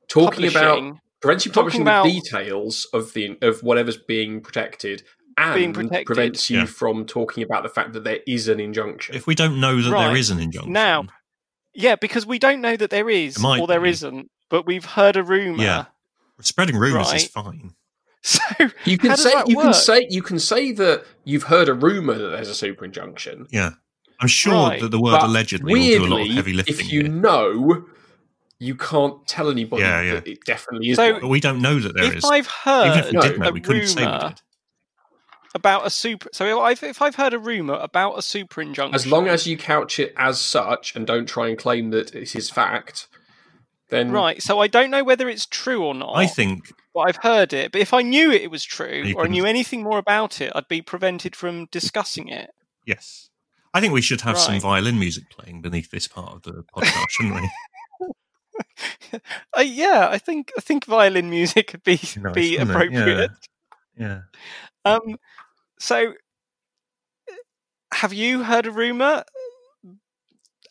Speaker 3: talking about
Speaker 1: publishing,
Speaker 3: prevents you
Speaker 1: talking
Speaker 3: publishing
Speaker 1: about-
Speaker 3: the details of the of whatever's being protected and
Speaker 1: Being protected.
Speaker 3: prevents you
Speaker 2: Yeah.
Speaker 3: from talking about the fact that there is an injunction.
Speaker 2: if we don't know that there
Speaker 1: Right.
Speaker 2: is an injunction
Speaker 1: Now, yeah, because we don't know that there is
Speaker 2: There might
Speaker 1: or there
Speaker 2: be.
Speaker 1: not but we've heard a rumour.
Speaker 2: Yeah. spreading rumors is
Speaker 1: Right.
Speaker 2: fine.
Speaker 1: So
Speaker 3: You can
Speaker 1: How does
Speaker 3: say
Speaker 1: that
Speaker 3: you can
Speaker 1: work?
Speaker 3: say you can say that you've heard a rumor that there's a super injunction.
Speaker 2: Yeah, I'm sure
Speaker 1: Right,
Speaker 2: that the word
Speaker 3: but
Speaker 2: allegedly will
Speaker 3: Weirdly,
Speaker 2: do a lot of heavy lifting.
Speaker 3: if you
Speaker 2: here.
Speaker 3: know, you can't tell anybody
Speaker 2: Yeah, yeah.
Speaker 3: that it definitely is.
Speaker 1: So-
Speaker 3: one.
Speaker 2: But we don't know that there
Speaker 1: if
Speaker 2: is.
Speaker 1: I've heard
Speaker 2: Even if we
Speaker 3: No.
Speaker 2: did know,
Speaker 1: a
Speaker 2: we couldn't say we
Speaker 1: rumour-
Speaker 2: did.
Speaker 1: about a super, so if, if I've heard a rumor about a super injunction,
Speaker 3: as long as you couch it as such and don't try and claim that it is fact, then
Speaker 1: right, so I don't know whether it's true or not.
Speaker 2: I think
Speaker 1: but I've heard it. But if I knew it, was
Speaker 2: And
Speaker 1: true,
Speaker 2: you
Speaker 1: or I
Speaker 2: couldn't-
Speaker 1: knew anything more about it, I'd be prevented from discussing it.
Speaker 2: yes. I think we should have some
Speaker 1: Right.
Speaker 2: violin music playing beneath this part of the podcast, shouldn't we?
Speaker 1: Uh, yeah, I think I think violin music would be
Speaker 2: Nice,
Speaker 1: be
Speaker 2: wouldn't it?
Speaker 1: appropriate.
Speaker 2: Yeah.
Speaker 1: Um, so, uh, have you heard a rumor,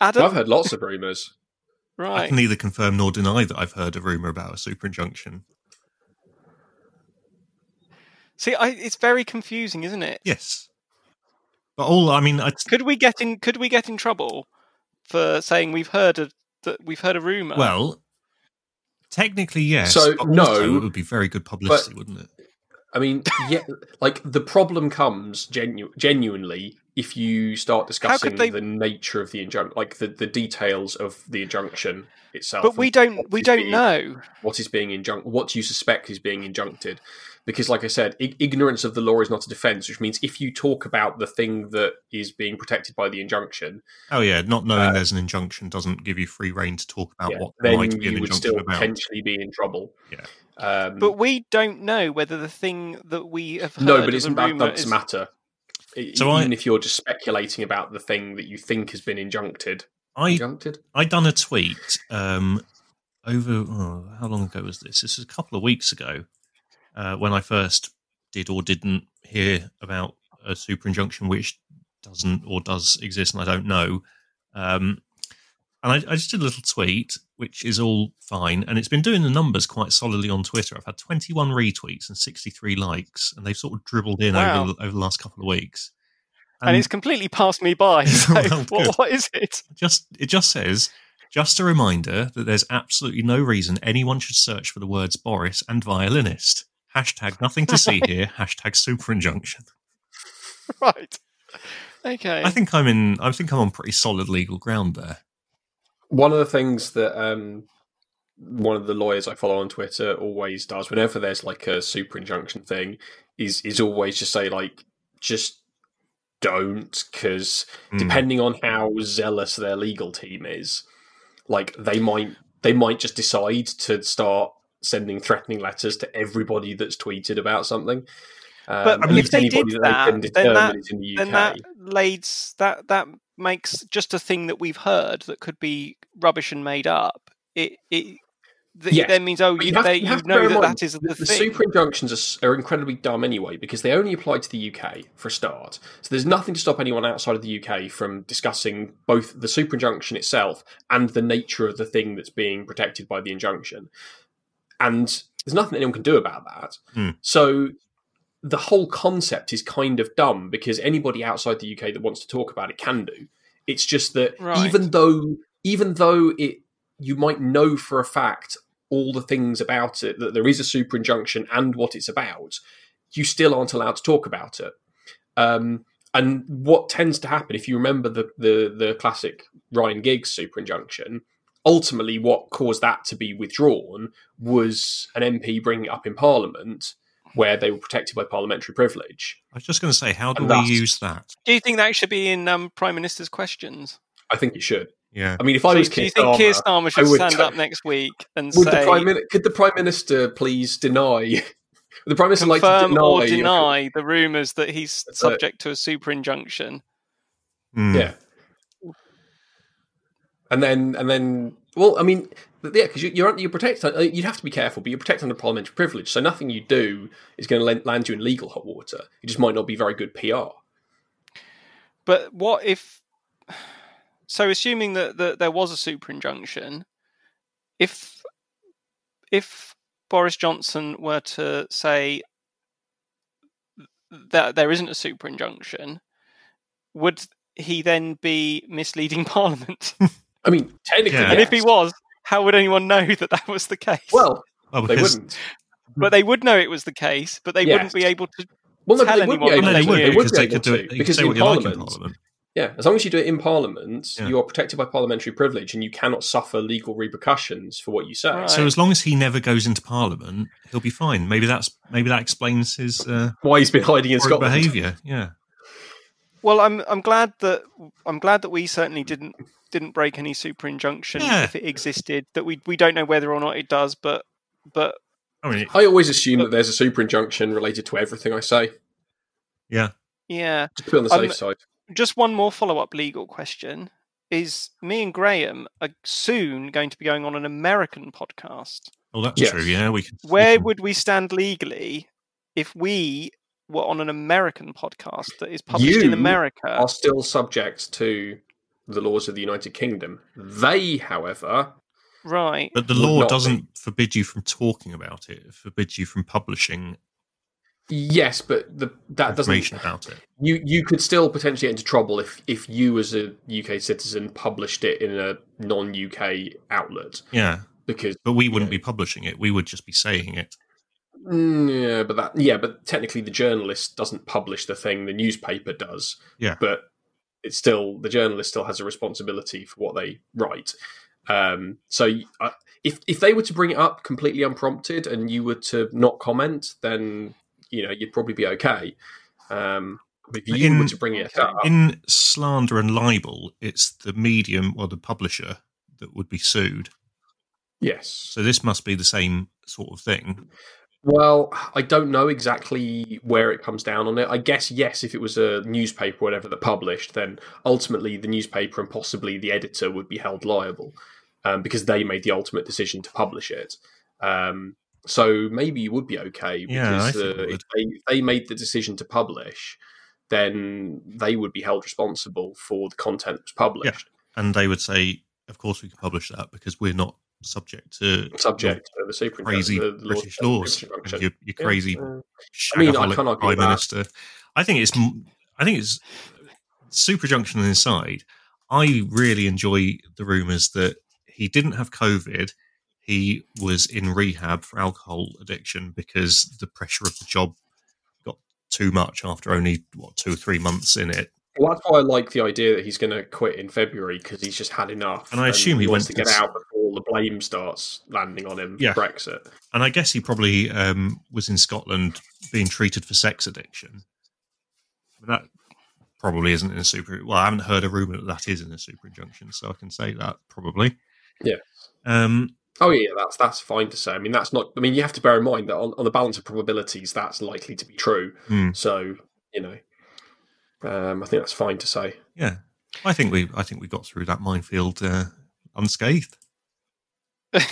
Speaker 1: Adam?
Speaker 3: I've heard lots of rumours.
Speaker 2: I
Speaker 1: Right.
Speaker 2: can neither confirm nor deny that I've heard a rumor about a super injunction.
Speaker 1: See, I, it's very confusing, isn't it?
Speaker 2: Yes. But all I mean, I,
Speaker 1: Could we get in? Could we get in trouble for saying we've heard a that we've heard a rumor?
Speaker 2: well, technically yes.
Speaker 3: So,
Speaker 2: but
Speaker 3: no,
Speaker 2: also it would be very good publicity, wouldn't it?
Speaker 3: I mean, yeah, like the problem comes genu- genuinely if you start discussing
Speaker 1: they-
Speaker 3: the nature of the injunction, like the, the details of the injunction itself.
Speaker 1: but we
Speaker 3: and
Speaker 1: don't. We
Speaker 3: it's
Speaker 1: don't
Speaker 3: being-
Speaker 1: know.
Speaker 3: what is being injunct, what you suspect is being injuncted, because, like I said, I- ignorance of the law is not a defense, which means if you talk about the thing that is being protected by the injunction,
Speaker 2: Oh yeah, not knowing there's an injunction doesn't give you free reign to talk about
Speaker 3: Uh, yeah,
Speaker 2: what
Speaker 3: then
Speaker 2: might be an
Speaker 3: you would
Speaker 2: injunction
Speaker 3: still
Speaker 2: about.
Speaker 3: potentially be in trouble.
Speaker 2: Yeah.
Speaker 3: Um,
Speaker 1: But we don't know whether the thing that we have heard
Speaker 3: no, but
Speaker 1: of
Speaker 3: it's
Speaker 1: a
Speaker 3: that
Speaker 1: rumor
Speaker 3: doesn't
Speaker 1: is
Speaker 3: matter. E-
Speaker 2: So I-
Speaker 3: even if you're just speculating about the thing that you think has been injuncted,
Speaker 2: I
Speaker 3: injuncted.
Speaker 2: I done a tweet um, over oh, how long ago was this? This was a couple of weeks ago uh, when I first did or didn't hear about a super injunction, which doesn't or does exist, and I don't know. Um, and I, I just did a little tweet, which is all fine, and it's been doing the numbers quite solidly on Twitter. I've had 21 retweets and 63 likes, and they've sort of dribbled in
Speaker 1: Wow.
Speaker 2: over, the, over the last couple of weeks.
Speaker 1: and it's completely passed me by. So
Speaker 2: Well, good.
Speaker 1: what, what is it?
Speaker 2: just it just says just a reminder that there's absolutely no reason anyone should search for the words Boris and violinist. Hashtag nothing to see here. Hashtag super injunction.
Speaker 1: Right. Okay.
Speaker 2: I think I'm in. I think I'm on pretty solid legal ground there.
Speaker 3: One of the things that um, one of the lawyers I follow on Twitter always does, whenever there's like a super injunction thing, is is always just say like, just don't, because
Speaker 2: Mm.
Speaker 3: depending on how zealous their legal team is, like they might they might just decide to start sending threatening letters to everybody that's tweeted about something. Um,
Speaker 1: But
Speaker 3: and
Speaker 2: if
Speaker 3: it's
Speaker 1: they
Speaker 3: anybody
Speaker 1: did that, then
Speaker 3: determine
Speaker 1: that-
Speaker 3: is in the
Speaker 1: then
Speaker 3: UK.
Speaker 1: that lays that that makes just a thing that we've heard that could be rubbish and made up. It it th-
Speaker 3: Yes.
Speaker 1: then means oh
Speaker 3: But
Speaker 1: you,
Speaker 3: you have-
Speaker 1: they,
Speaker 3: you
Speaker 1: you,
Speaker 3: have to bear
Speaker 1: know
Speaker 3: in
Speaker 1: that
Speaker 3: mind
Speaker 1: that is the,
Speaker 3: The,
Speaker 1: thing.
Speaker 3: super injunctions are, s- are incredibly dumb anyway because they only apply to the UK for a start. So there's nothing to stop anyone outside of the UK from discussing both the super injunction itself and the nature of the thing that's being protected by the injunction. And there's nothing anyone can do about that.
Speaker 2: Hmm.
Speaker 3: So the whole concept is kind of dumb because anybody outside the UK that wants to talk about it can do. It's just that
Speaker 1: Right.
Speaker 3: even though even though it you might know for a fact all the things about it that there is a super injunction and what it's about, you still aren't allowed to talk about it. Um, and what tends to happen, if you remember the the, the classic Ryan Giggs super injunction, ultimately what caused that to be withdrawn was an MP bringing it up in Parliament, where they were protected by parliamentary privilege.
Speaker 2: I was just going to say, how do
Speaker 3: And
Speaker 2: we
Speaker 3: that's-
Speaker 2: use that?
Speaker 1: Do you think that should be in um, Prime Minister's questions?
Speaker 3: I think it should.
Speaker 2: Yeah,
Speaker 3: I mean, if I
Speaker 1: do,
Speaker 3: was
Speaker 1: do
Speaker 3: Keir
Speaker 1: you think Keir
Speaker 3: Starmer,
Speaker 1: Starmer should
Speaker 3: would
Speaker 1: stand
Speaker 3: totally-
Speaker 1: up next week and
Speaker 3: would
Speaker 1: say
Speaker 3: the prime Min- could the prime minister please deny? Would the prime minister like to
Speaker 1: confirm
Speaker 3: deny?
Speaker 1: or deny the rumours that he's
Speaker 3: That's it.
Speaker 1: subject to a super injunction?
Speaker 2: Mm.
Speaker 3: Yeah. And then, and then, well, I mean, but yeah, because you, you're you're protected. uh, You'd have to be careful, but you're protected under parliamentary privilege, so nothing you do is going to land you in legal hot water. It just might not be very good PR.
Speaker 1: But what if? So, assuming that, that there was a super injunction, if if Boris Johnson were to say that there isn't a super injunction, would he then be misleading Parliament?
Speaker 3: I mean, technically,
Speaker 2: Yeah.
Speaker 1: And if he
Speaker 3: yes.
Speaker 1: was, how would anyone know that that was the case?
Speaker 3: well,
Speaker 2: Well,
Speaker 3: they
Speaker 2: because-
Speaker 3: wouldn't.
Speaker 1: but they would know it was the case, but they
Speaker 3: Yes.
Speaker 1: wouldn't be able to
Speaker 3: Well, no, but
Speaker 1: tell
Speaker 3: they would be
Speaker 1: anyone
Speaker 2: No,
Speaker 1: that
Speaker 3: able
Speaker 2: they
Speaker 1: they
Speaker 3: to.
Speaker 1: knew.
Speaker 2: would because
Speaker 3: be
Speaker 2: they
Speaker 3: able
Speaker 2: could do it.
Speaker 3: to,
Speaker 2: They could
Speaker 3: because
Speaker 2: say
Speaker 3: in
Speaker 2: what you like in
Speaker 3: Parliament-
Speaker 2: Parliament.
Speaker 3: Yeah, as long as you do it in Parliament,
Speaker 2: Yeah.
Speaker 3: you are protected by parliamentary privilege, and you cannot suffer legal repercussions for what you say.
Speaker 1: Right.
Speaker 2: So as long as he never goes into Parliament, he'll be fine. Maybe that's maybe that explains his uh,
Speaker 3: Why he's been hiding in
Speaker 2: horrid
Speaker 3: Scotland?
Speaker 2: behaviour. Yeah,
Speaker 1: Well, I'm I'm glad that I'm glad that we certainly didn't didn't break any super injunction
Speaker 2: Yeah.
Speaker 1: if it existed. That we we don't know whether or not it does, but but
Speaker 2: I mean,
Speaker 3: I always assume that there's a super injunction related to everything I say.
Speaker 2: yeah.
Speaker 1: yeah.
Speaker 3: Just to be on the
Speaker 1: Um,
Speaker 3: safe side.
Speaker 1: Just one more follow up legal question. is me and Graham are soon going to be going on an American podcast.
Speaker 2: Oh, that's
Speaker 3: Yes.
Speaker 2: true. Yeah, we. Can, we
Speaker 1: Where
Speaker 3: Mm-hmm.
Speaker 2: can-
Speaker 1: would we stand legally if we were on an American podcast that is published in
Speaker 3: You
Speaker 1: America?
Speaker 3: Are still subject to the laws of the United Kingdom. They, however,
Speaker 1: Right.
Speaker 2: But the
Speaker 3: would
Speaker 2: law
Speaker 3: not be.
Speaker 2: doesn't forbid you from talking about it. It forbids you from publishing
Speaker 3: yes, but the, that doesn't.
Speaker 2: information about it.
Speaker 3: You you could still potentially get into trouble if if you as a UK citizen published it in a non UK outlet
Speaker 2: Yeah,
Speaker 3: because
Speaker 2: but we wouldn't be publishing it. We would just be saying it.
Speaker 3: Mm, yeah, but that yeah, but technically the journalist doesn't publish the thing; the newspaper does.
Speaker 2: Yeah.
Speaker 3: but it's still the journalist still has a responsibility for what they write. Um, so uh, if if they were to bring it up completely unprompted and you were to not comment, then you know you'd probably be okay. Um, but if you were
Speaker 2: In-
Speaker 3: to bring it up,
Speaker 2: In slander and libel, it's the medium or the publisher that would be sued.
Speaker 3: yes.
Speaker 2: So this must be the same sort of thing.
Speaker 3: Well, I don't know exactly where it comes down on it. I guess yes, if it was a newspaper or whatever that published, then ultimately the newspaper and possibly the editor would be held liable um, because they made the ultimate decision to publish it. Um, so maybe you would be okay
Speaker 2: Yeah, I
Speaker 3: because
Speaker 2: think
Speaker 3: uh,
Speaker 2: it
Speaker 3: if
Speaker 2: would.
Speaker 3: they, if they made the decision to publish, then they would be held responsible for the content that was published,
Speaker 2: And they would say, of course, we can publish that because we're not subject to
Speaker 3: subject to the
Speaker 2: your
Speaker 3: superintendent,
Speaker 2: crazy
Speaker 3: the, the law-
Speaker 2: British laws and your, your
Speaker 3: Yeah,
Speaker 2: crazy
Speaker 3: uh,
Speaker 2: shagaholic
Speaker 3: I mean, I can't argue
Speaker 2: prime
Speaker 3: that.
Speaker 2: minister. I think it's m- I think it's super junction inside. I really enjoy the rumours that he didn't have COVID. He was in rehab for alcohol addiction because the pressure of the job got too much after only what two or three months in it.
Speaker 3: Well, that's why I like the idea that he's going to quit in February because he's just had enough.
Speaker 2: And I assume he went
Speaker 3: wants to
Speaker 2: to
Speaker 3: get
Speaker 2: s-
Speaker 3: out before all the blame starts landing on him. for
Speaker 2: Yeah.
Speaker 3: Brexit.
Speaker 2: And I guess he probably um, was in Scotland being treated for sex addiction. But that probably isn't in a super. Well, I haven't heard a rumor that that is in a super injunction, so I can say that probably.
Speaker 3: Yeah.
Speaker 2: Um,
Speaker 3: Oh yeah, that's that's fine to say. I mean, that's not. I mean, you have to bear in mind that on, on the balance of probabilities, that's likely to be true.
Speaker 2: Hmm.
Speaker 3: So you know, um, I think that's fine to say.
Speaker 2: yeah, I think we. I think we got through that minefield uh, unscathed.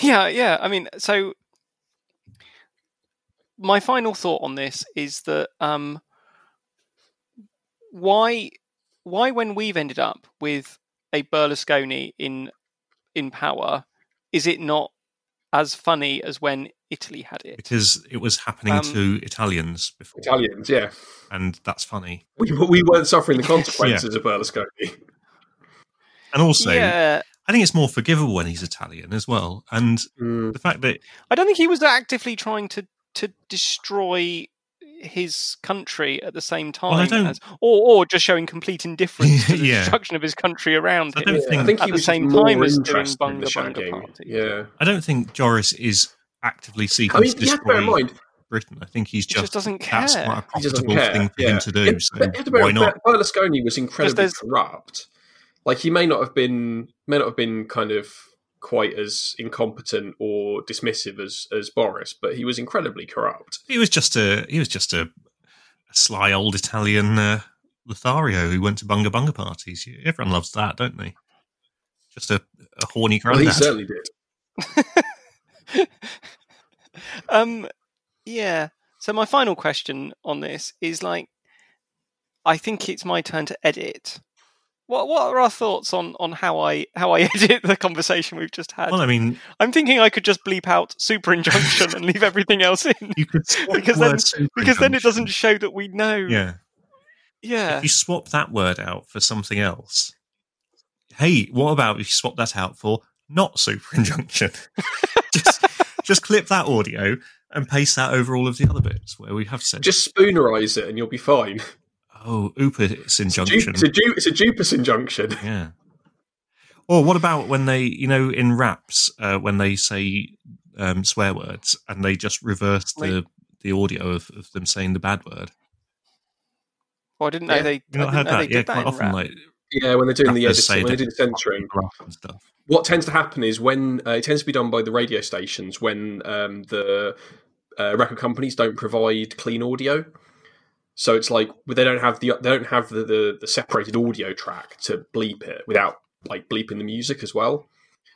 Speaker 1: yeah, yeah. I mean, so my final thought on this is that um, why why when we've ended up with a Berlusconi in in power, is it not as funny as when Italy had it?
Speaker 2: Because it was happening
Speaker 1: Um,
Speaker 2: to Italians before,
Speaker 3: Italians, yeah,
Speaker 2: and that's funny.
Speaker 3: we, we weren't suffering the consequences of Berlusconi.
Speaker 2: And also,
Speaker 1: yeah,
Speaker 2: I think it's more forgivable when he's Italian as well. And the fact that
Speaker 1: I don't think he was actively trying to to destroy his country at the same time,
Speaker 2: I don't-
Speaker 1: as, or or just showing complete indifference to the
Speaker 2: Yeah.
Speaker 1: destruction of his country around
Speaker 2: I
Speaker 1: him.
Speaker 2: don't think-
Speaker 3: I think
Speaker 1: at
Speaker 3: he
Speaker 1: the
Speaker 3: was
Speaker 1: same
Speaker 3: more
Speaker 1: time as doing
Speaker 3: interested in
Speaker 1: Bunga
Speaker 3: the
Speaker 1: Bunga
Speaker 3: shagging.
Speaker 1: Party.
Speaker 3: Yeah,
Speaker 2: I don't think Joris is actively seeking
Speaker 3: I mean,
Speaker 2: to
Speaker 3: you have to bear
Speaker 2: destroy
Speaker 3: in mind
Speaker 2: Britain. I think he's
Speaker 1: He
Speaker 2: just,
Speaker 1: just doesn't
Speaker 2: that's
Speaker 1: care.
Speaker 2: quite a
Speaker 3: He doesn't
Speaker 2: profitable
Speaker 3: care,
Speaker 2: thing for
Speaker 3: yeah.
Speaker 2: him to do.
Speaker 3: It-
Speaker 2: So
Speaker 3: but you have to bear
Speaker 2: why
Speaker 3: in-
Speaker 2: not?
Speaker 3: Berlusconi was incredibly
Speaker 1: there's-
Speaker 3: corrupt. Like he may not have been may not have been kind of quite as incompetent or dismissive as as Boris, but he was incredibly corrupt.
Speaker 2: He was just a he was just a, sly old Italian uh, Lothario who went to bunga bunga parties. Everyone loves that, don't they? Just a, a horny
Speaker 3: Well, he
Speaker 2: granddad.
Speaker 3: certainly did.
Speaker 1: um yeah so my final question on this is like i think it's my turn to edit what what are our thoughts on on how i how i edit the conversation we've just had
Speaker 2: well, I mean,
Speaker 1: i'm thinking i could just bleep out super injunction and leave everything else in
Speaker 2: you could
Speaker 1: Because
Speaker 2: the word
Speaker 1: then-
Speaker 2: super
Speaker 1: because then it
Speaker 2: injunction.
Speaker 1: doesn't show that we know
Speaker 2: Yeah,
Speaker 1: yeah
Speaker 2: if you swap that word out for something else. Hey, what about if you swap that out for not super injunction? just, just clip that audio and paste that over all of the other bits where we have said,
Speaker 3: Just spoonerize it and you'll be fine.
Speaker 2: oh, oops, injunction.
Speaker 3: It's a, ju- it's a Jupus injunction.
Speaker 2: Yeah. Or what about when they, you know, in raps, uh, when they say um, swear words and they just reverse the, the audio of, of them saying the bad word?
Speaker 1: well i didn't know
Speaker 3: Yeah.
Speaker 1: they
Speaker 2: You not
Speaker 1: I
Speaker 2: heard
Speaker 1: didn't know
Speaker 2: that?
Speaker 1: they
Speaker 2: yeah,
Speaker 1: did that
Speaker 2: quite
Speaker 1: in
Speaker 2: often,
Speaker 1: rap.
Speaker 2: like
Speaker 3: Yeah, when they're doing the
Speaker 2: rappers say
Speaker 3: editing, when
Speaker 2: that
Speaker 3: they do the censoring.
Speaker 2: rap and stuff.
Speaker 3: what tends to happen is when uh, it tends to be done by the radio stations when um, the uh, record companies don't provide clean audio. So it's like they don't have the they don't have the, the, the separated audio track to bleep it without like bleeping the music as well.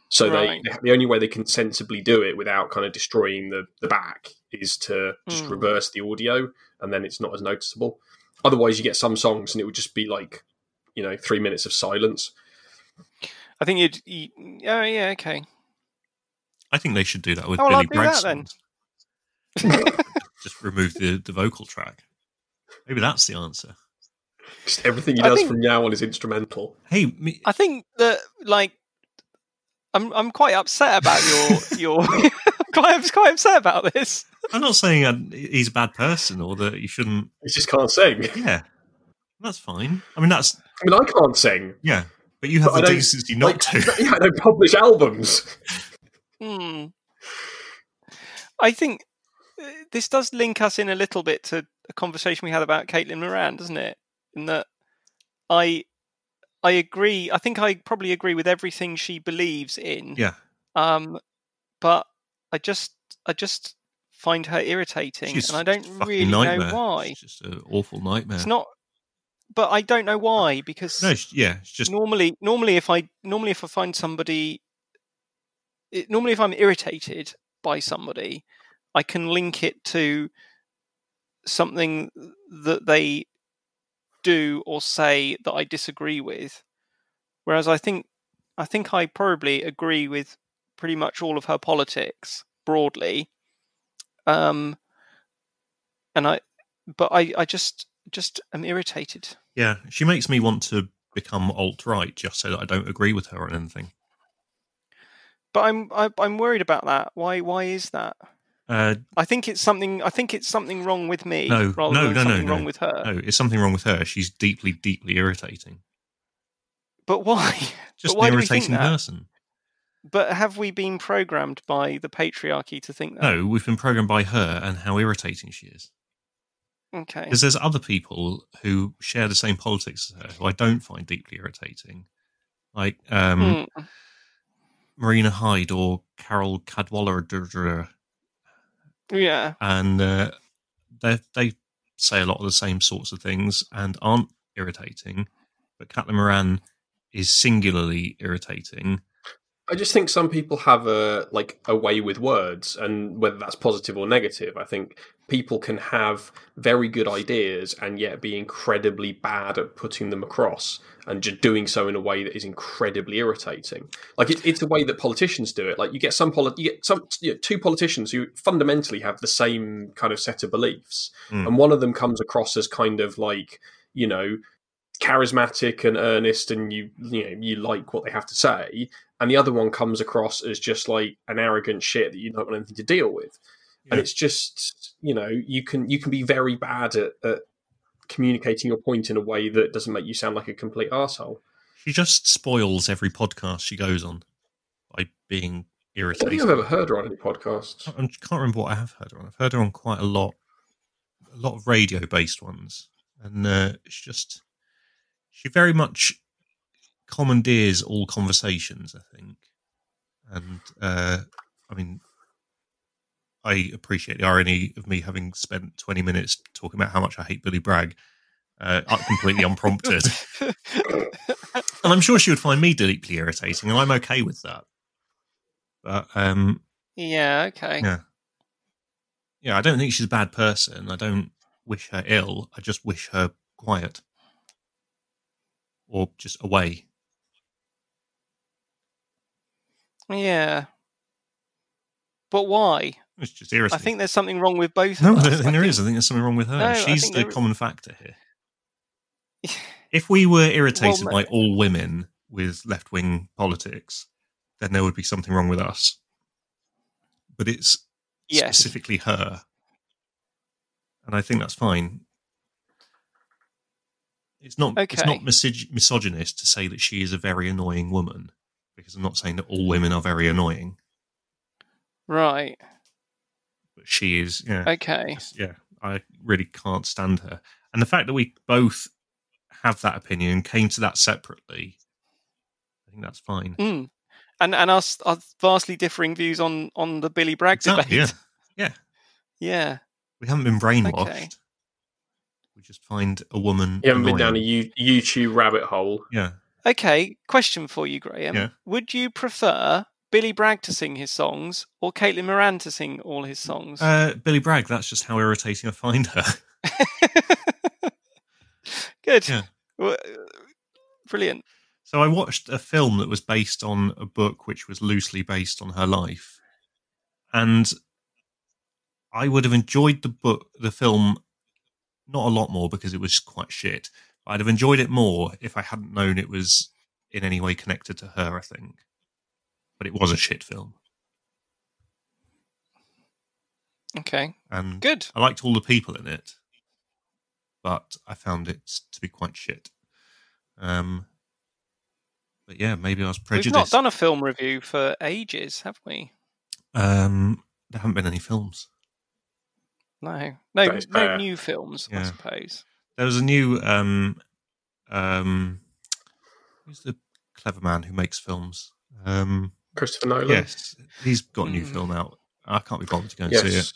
Speaker 3: So
Speaker 1: Right.
Speaker 3: they the only way they can sensibly do it without kind of destroying the, the back is to just
Speaker 1: Hmm.
Speaker 3: reverse the audio and then it's not as noticeable. Otherwise you get some songs and it would just be like, you know, three minutes of silence.
Speaker 1: I think you'd. You, oh yeah, okay.
Speaker 2: I think they should do that with
Speaker 1: Oh, well,
Speaker 2: Billy
Speaker 1: I'll do that
Speaker 2: Bragg
Speaker 1: then.
Speaker 2: songs. Just remove the, the vocal track. Maybe that's the answer.
Speaker 3: Just everything he
Speaker 1: I
Speaker 3: does
Speaker 1: think-
Speaker 3: from now on is instrumental.
Speaker 2: Hey, me,
Speaker 1: I think that like I'm I'm quite upset about your your quite I'm quite upset about this.
Speaker 2: I'm not saying i he's a bad person or that you shouldn't.
Speaker 3: He just can't sing.
Speaker 2: Yeah, that's fine. I mean, that's
Speaker 3: I mean I can't sing.
Speaker 2: yeah. But you have
Speaker 3: But I
Speaker 2: the
Speaker 3: don't-
Speaker 2: decency not
Speaker 3: like,
Speaker 2: to.
Speaker 3: yeah, they publish albums.
Speaker 1: Hmm.
Speaker 2: Mm.
Speaker 1: I think uh, this does link us in a little bit to a conversation we had about Caitlin Moran, doesn't it? In that I I agree. I think I probably agree with everything she believes in.
Speaker 2: Yeah,
Speaker 1: Um, but I just I just find her irritating,
Speaker 2: She's
Speaker 1: and I
Speaker 2: a
Speaker 1: don't
Speaker 2: fucking
Speaker 1: really
Speaker 2: nightmare.
Speaker 1: know why.
Speaker 2: It's just an awful nightmare.
Speaker 1: It's not, but I don't know why because
Speaker 2: no, it's- yeah, it's just
Speaker 1: normally, normally if I normally if I find somebody, it, normally if I'm irritated by somebody, I can link it to something that they do or say that I disagree with. Whereas I think I think I probably agree with pretty much all of her politics broadly. Um, and I, but I, I just just am irritated.
Speaker 2: yeah. She makes me want to become alt right just so that I don't agree with her on anything.
Speaker 1: But I'm I, I'm worried about that. Why why is that?
Speaker 2: Uh,
Speaker 1: I think it's something. I think it's something wrong with me
Speaker 2: No,
Speaker 1: rather
Speaker 2: no,
Speaker 1: than
Speaker 2: no, no,
Speaker 1: something
Speaker 2: no.
Speaker 1: wrong with her.
Speaker 2: no, it's something wrong with her. She's deeply, deeply irritating.
Speaker 1: But why?
Speaker 2: Just
Speaker 1: why
Speaker 2: an
Speaker 1: do we think
Speaker 2: irritating
Speaker 1: that?
Speaker 2: person.
Speaker 1: But have we been programmed by the patriarchy to think that?
Speaker 2: No, we've been programmed by her and how irritating she is.
Speaker 1: Okay.
Speaker 2: Because there's other people who share the same politics as her who I don't find deeply irritating, like um,
Speaker 1: Hmm.
Speaker 2: Marina Hyde or Carol Cadwallader,
Speaker 1: Hmm. Yeah.
Speaker 2: and uh, they they say a lot of the same sorts of things and aren't irritating. But Catelyn Moran is singularly irritating.
Speaker 3: I just think some people have a like a way with words, and whether that's positive or negative, I think people can have very good ideas and yet be incredibly bad at putting them across, and just doing so in a way that is incredibly irritating. Like it, it's the way that politicians do it. Like you get some poli- you get some you know, two politicians who fundamentally have the same kind of set of beliefs,
Speaker 2: Mm.
Speaker 3: and one of them comes across as kind of like you know charismatic and earnest, and you you know you like what they have to say and the other one comes across as just like an arrogant shit that you don't want anything to deal with. And
Speaker 2: Yeah.
Speaker 3: it's just you know you can you can be very bad at, at communicating your point in a way that doesn't make you sound like a complete asshole.
Speaker 2: She just spoils every podcast she goes on by being
Speaker 3: I don't
Speaker 2: irritating.
Speaker 3: think I've ever heard her on any podcasts.
Speaker 2: I can't remember what I have heard her on. I've heard her on quite a lot, a lot of radio-based ones, and uh, it's just she very much commandeers all conversations. I think, and uh, I mean, I appreciate the irony of me having spent twenty minutes talking about how much I hate Billy Bragg, uh, completely unprompted, and I'm sure she would find me deeply irritating, and I'm okay with that. But um,
Speaker 1: yeah. Okay.
Speaker 2: Yeah. yeah, I don't think she's a bad person. I don't wish her ill. I just wish her quiet or just away.
Speaker 1: Yeah. But why?
Speaker 2: It's just irritating.
Speaker 1: I think there's something wrong with both.
Speaker 2: no,
Speaker 1: of
Speaker 2: I
Speaker 1: us.
Speaker 2: don't think there is. I think there's something wrong with her.
Speaker 1: No, I
Speaker 2: she's
Speaker 1: think
Speaker 2: the
Speaker 1: there is.
Speaker 2: common factor here. if we were irritated
Speaker 1: Well,
Speaker 2: by all women with left wing politics, then there would be something wrong with us. But it's
Speaker 1: Yes.
Speaker 2: specifically her. And I think that's fine. It's not it's
Speaker 1: Okay.
Speaker 2: not misog- misogynist to say that she is a very annoying woman because I'm not saying that all women are very annoying,
Speaker 1: Right.
Speaker 2: but she is yeah.
Speaker 1: Okay.
Speaker 2: Just- yeah, I really can't stand her. And the fact that we both have that opinion and came to that separately, I think that's fine.
Speaker 1: Mm. And and our, s- our vastly differing views on on the Billy Bragg
Speaker 2: Exactly, yeah.
Speaker 1: debate. Yeah.
Speaker 2: We haven't been brainwashed.
Speaker 1: Okay.
Speaker 2: We just find a woman.
Speaker 3: You haven't been down a
Speaker 2: annoying.
Speaker 3: U- YouTube rabbit hole.
Speaker 2: Yeah,
Speaker 1: Okay, question for you, Graham.
Speaker 2: Yeah.
Speaker 1: Would you prefer Billy Bragg to sing his songs or Caitlin Moran to sing all his songs?
Speaker 2: Uh, Billy Bragg, that's just how irritating I find her.
Speaker 1: Good.
Speaker 2: yeah.
Speaker 1: W- uh, Brilliant.
Speaker 2: So I watched a film that was based on a book which was loosely based on her life, and I would have enjoyed the book, the film, not a lot more because it was quite shit. I'd have enjoyed it more if I hadn't known it was in any way connected to her. I think, but it was a shit film,
Speaker 1: Okay,
Speaker 2: and
Speaker 1: good.
Speaker 2: I liked all the people in it, but I found it to be quite shit. Um, but yeah, maybe I was
Speaker 1: We've
Speaker 2: prejudiced.
Speaker 1: not done a film review for ages, have we?
Speaker 2: Um, there haven't been any films.
Speaker 1: No, no,
Speaker 3: That is
Speaker 1: no
Speaker 3: fair.
Speaker 1: new films, I
Speaker 2: Yeah.
Speaker 1: suppose.
Speaker 2: There was a new um, um, who's the clever man who makes films? Um,
Speaker 3: Christopher Nolan.
Speaker 2: yes, he's got a new
Speaker 1: Hmm.
Speaker 2: film out. I can't be bothered to go and see it.
Speaker 3: Yes.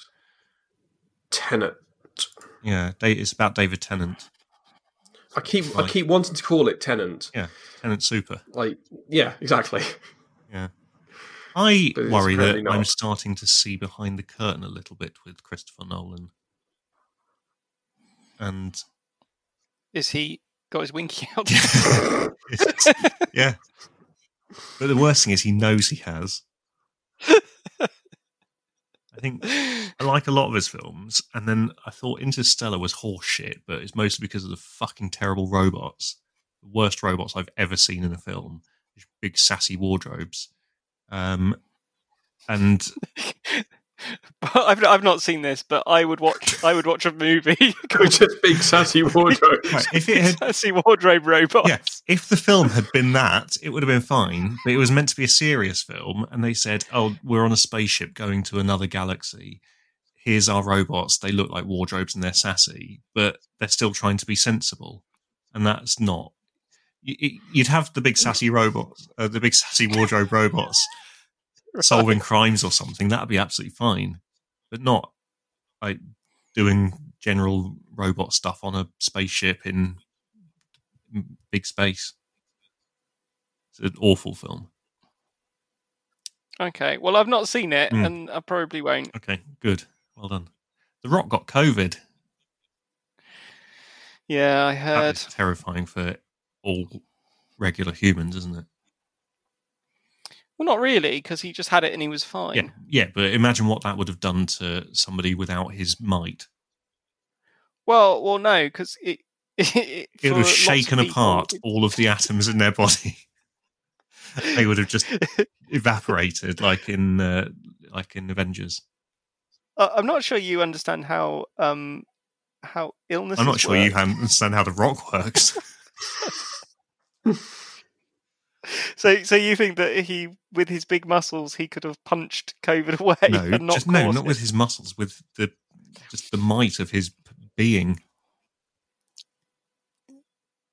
Speaker 3: Tenet.
Speaker 2: Yeah, Da- it's about David Tennant.
Speaker 3: I keep I
Speaker 2: Right.
Speaker 3: keep wanting to call it Tenant.
Speaker 2: Tennant Super.
Speaker 3: Like yeah, exactly.
Speaker 2: I
Speaker 3: But it's
Speaker 2: worry that
Speaker 3: apparently not.
Speaker 2: I'm starting to see behind the curtain a little bit with Christopher Nolan. And
Speaker 1: Is he got his winky out?
Speaker 2: yeah. But the worst thing is he knows he has. I think I like a lot of his films, and then I thought Interstellar was horseshit, but it's mostly because of the fucking terrible robots. The worst robots I've ever seen in a film. Just Big sassy wardrobes. Um and
Speaker 1: I've I've not seen this, but I would watch I would watch a movie
Speaker 3: Go just big sassy wardrobe.
Speaker 2: right, if it had
Speaker 1: I see wardrobe robots.
Speaker 2: Yeah, if the film had been that, it would have been fine. But it was meant to be a serious film, and they said, "Oh, we're on a spaceship going to another galaxy. Here's our robots. They look like wardrobes and they're sassy, but they're still trying to be sensible." And that's not. y- y- You'd have the big sassy robots, uh, the big sassy wardrobe robots solving crimes or something. That'd be absolutely fine, but not like doing general robot stuff on a spaceship in m- big space. It's an awful film.
Speaker 1: Okay. Well, I've not seen it,
Speaker 2: Hmm.
Speaker 1: and I probably won't.
Speaker 2: Okay, good. Well done. The Rock got COVID.
Speaker 1: Yeah, I
Speaker 2: That
Speaker 1: heard.
Speaker 2: is terrifying for all regular humans, isn't it?
Speaker 1: Well, not really, because he just had it and he was fine.
Speaker 2: Yeah, yeah. But imagine what that would have done to somebody without his might.
Speaker 1: Well, well, no, because it. It,
Speaker 2: It
Speaker 1: for
Speaker 2: would have
Speaker 1: lots of
Speaker 2: shaken
Speaker 1: people,
Speaker 2: apart
Speaker 1: it-
Speaker 2: all of the atoms in their body. they would have just evaporated, like in uh, like in Avengers.
Speaker 1: I- I'm not sure you understand how um how illness.
Speaker 2: I'm not sure you understand how the Rock works.
Speaker 1: So, so you think that he, with his big muscles, he could have punched COVID away
Speaker 2: no,
Speaker 1: and not
Speaker 2: just, no,
Speaker 1: caused
Speaker 2: not
Speaker 1: it?
Speaker 2: with his muscles, with the just the might of his p- being.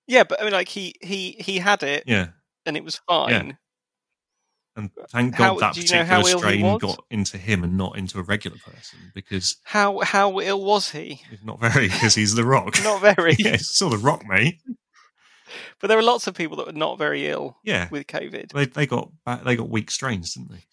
Speaker 1: Yeah, but I mean, like he he he had it
Speaker 2: Yeah,
Speaker 1: and it was fine.
Speaker 2: and thank
Speaker 1: How-
Speaker 2: God that
Speaker 1: do you know how
Speaker 2: particular
Speaker 1: ill he
Speaker 2: strain
Speaker 1: was?
Speaker 2: got into him and not into a regular person because
Speaker 1: How how ill was he?
Speaker 2: it's not very because he's the Rock.
Speaker 1: Not very.
Speaker 2: yeah, it's still the Rock, mate.
Speaker 1: But there are lots of people that were not very ill
Speaker 2: Yeah,
Speaker 1: with COVID.
Speaker 2: they they got ba- they got weak strains, didn't they?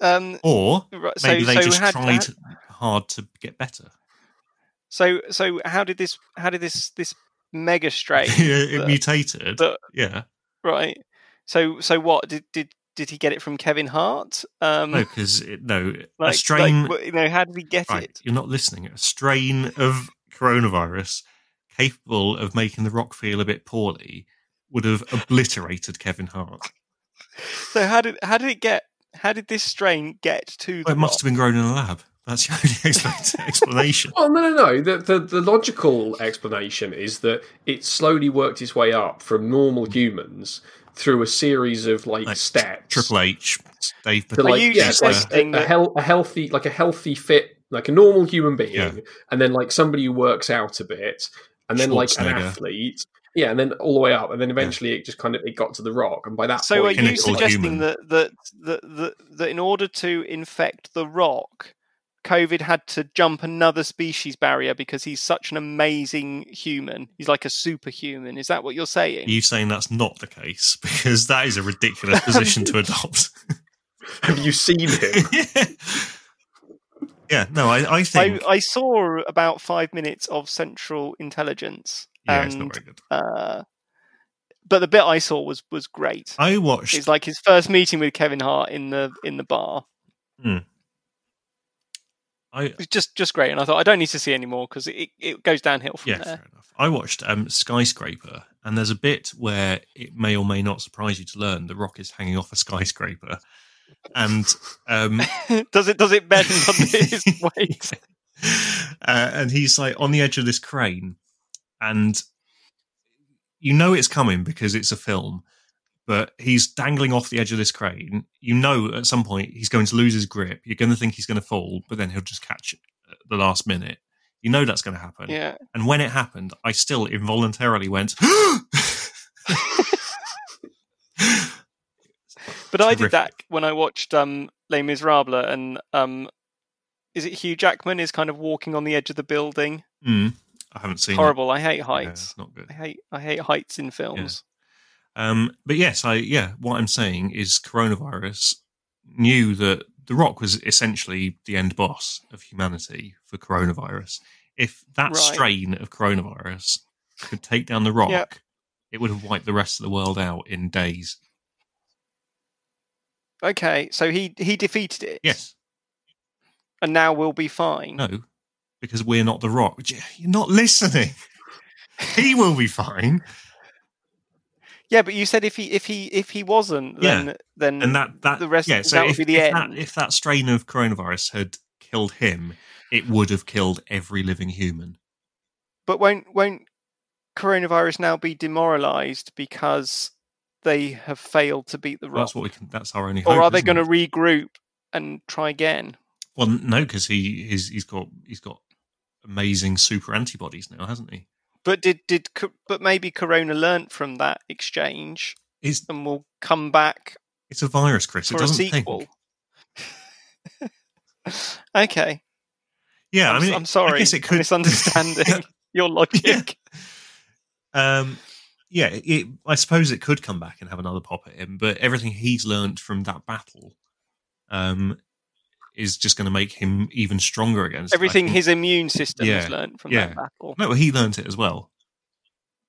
Speaker 1: Um,
Speaker 2: Or
Speaker 1: right, so
Speaker 2: maybe they
Speaker 1: so
Speaker 2: just
Speaker 1: had,
Speaker 2: tried hard to get better.
Speaker 1: so so how did this how did this this mega
Speaker 2: Yeah,
Speaker 1: strain
Speaker 2: it
Speaker 1: But-
Speaker 2: mutated.
Speaker 1: but-
Speaker 2: yeah,
Speaker 1: right? So so what did did did he get it from Kevin Hart? Um,
Speaker 2: no, because no, Oh, a
Speaker 1: like,
Speaker 2: strain.
Speaker 1: like, you know, how did he get
Speaker 2: right,
Speaker 1: it?
Speaker 2: you're not listening. A strain of coronavirus capable of making the Rock feel a bit poorly would have obliterated Kevin Hart.
Speaker 1: So how did how did it get? How did this strain get to the?
Speaker 2: Well, it must
Speaker 1: rock?
Speaker 2: have been grown in a lab. That's the only expla- explanation.
Speaker 3: Well, no, no, no. The, the the logical explanation is that it slowly worked its way up from normal humans through a series of like,
Speaker 2: Like,
Speaker 3: steps.
Speaker 2: Triple H, Dave
Speaker 3: to
Speaker 1: Are
Speaker 3: like,
Speaker 1: you
Speaker 3: yeah, like
Speaker 1: suggesting
Speaker 3: a, a,
Speaker 1: that-
Speaker 3: hel- a healthy, like a healthy, fit, like a normal human being,
Speaker 2: Yeah.
Speaker 3: and then like somebody who works out a bit, and then like an
Speaker 2: Schwarzenegger.
Speaker 3: athlete, yeah, and then all the way up, and then eventually it just kind of it got to the rock, and by that
Speaker 1: So are
Speaker 3: point,
Speaker 1: you
Speaker 2: Pinnacle
Speaker 1: suggesting
Speaker 2: human.
Speaker 1: that, that that that that in order to infect the rock, COVID had to jump another species barrier because he's such an amazing human. He's like a superhuman. Is that what you're saying?
Speaker 2: Are you saying that's not the case? Because that is a ridiculous position to adopt.
Speaker 3: Have you seen him?
Speaker 2: yeah, no, I, I
Speaker 1: I,
Speaker 2: think.
Speaker 1: I saw about five minutes of Central Intelligence.
Speaker 2: yeah,
Speaker 1: and,
Speaker 2: it's not very good.
Speaker 1: uh, but the bit I saw was was great.
Speaker 2: I watched
Speaker 1: It's like his first meeting with Kevin Hart in the in the bar.
Speaker 2: I
Speaker 1: It was just just great, and I thought I don't need to see any more because it, it goes downhill from
Speaker 2: yeah,
Speaker 1: there.
Speaker 2: fair enough. I watched um, Skyscraper, and there's a bit where it may or may not surprise you to learn the Rock is hanging off a skyscraper, and um,
Speaker 1: does it does it bend under his weight?
Speaker 2: uh, and he's like on the edge of this crane, and you know it's coming because it's a film, but he's dangling off the edge of this crane. You know at some point he's going to lose his grip. You're going to think he's going to fall, but then he'll just catch it at the last minute. You know that's going to happen.
Speaker 1: Yeah,
Speaker 2: And when it happened, I still involuntarily went. Hmm.
Speaker 1: but I did that
Speaker 2: Terrific.
Speaker 1: when I watched um, Les Misérables, and um, is it Hugh Jackman is kind of walking on the edge of the building?
Speaker 2: Hmm, I haven't seen.
Speaker 1: Horrible. I hate
Speaker 2: it. Yeah,
Speaker 1: heights.
Speaker 2: it's not good.
Speaker 1: I hate I hate heights in films.
Speaker 2: Um, but yes, I yeah, what I'm saying is coronavirus knew that The Rock was essentially the end boss of humanity for coronavirus. If that
Speaker 1: Right.
Speaker 2: strain of coronavirus could take down The Rock,
Speaker 1: Yep.
Speaker 2: it would have wiped the rest of the world out in days.
Speaker 1: Okay, so he he defeated it.
Speaker 2: Yes,
Speaker 1: and now we'll be fine.
Speaker 2: no, because we're not The Rock. J- You're not listening. he will be fine,
Speaker 1: Yeah, but you said if he if he if he wasn't, then then
Speaker 2: and that that
Speaker 1: The rest-
Speaker 2: yeah. So
Speaker 1: that would
Speaker 2: if,
Speaker 1: be the
Speaker 2: if
Speaker 1: end.
Speaker 2: That, if that strain of coronavirus had killed him, it would have killed every living human.
Speaker 1: but won't won't coronavirus now be demoralized because they have failed to beat the
Speaker 2: Well,
Speaker 1: rock
Speaker 2: That's what we can. That's our only.
Speaker 1: or
Speaker 2: hope,
Speaker 1: are they
Speaker 2: isn't
Speaker 1: going to
Speaker 2: it?
Speaker 1: regroup and try again
Speaker 2: Well, no, because he he's, he's got he's got amazing super antibodies now, hasn't he?
Speaker 1: but did did co- but maybe corona learnt from that exchange
Speaker 2: It's
Speaker 1: and will come back
Speaker 2: it's a virus, Chris. It
Speaker 1: for a
Speaker 2: doesn't
Speaker 1: sequel
Speaker 2: think.
Speaker 1: okay
Speaker 2: Yeah,
Speaker 1: I'm,
Speaker 2: i mean,
Speaker 1: am sorry
Speaker 2: I guess it could.
Speaker 1: misunderstanding your logic
Speaker 2: um, yeah, it, I suppose it could come back and have another pop at him, but everything he's learned from that battle, um, is just going to make him even stronger against it. I
Speaker 1: everything
Speaker 2: think-
Speaker 1: his immune system has
Speaker 2: Yeah,
Speaker 1: learnt from
Speaker 2: yeah.
Speaker 1: that battle
Speaker 2: No, he learnt it as well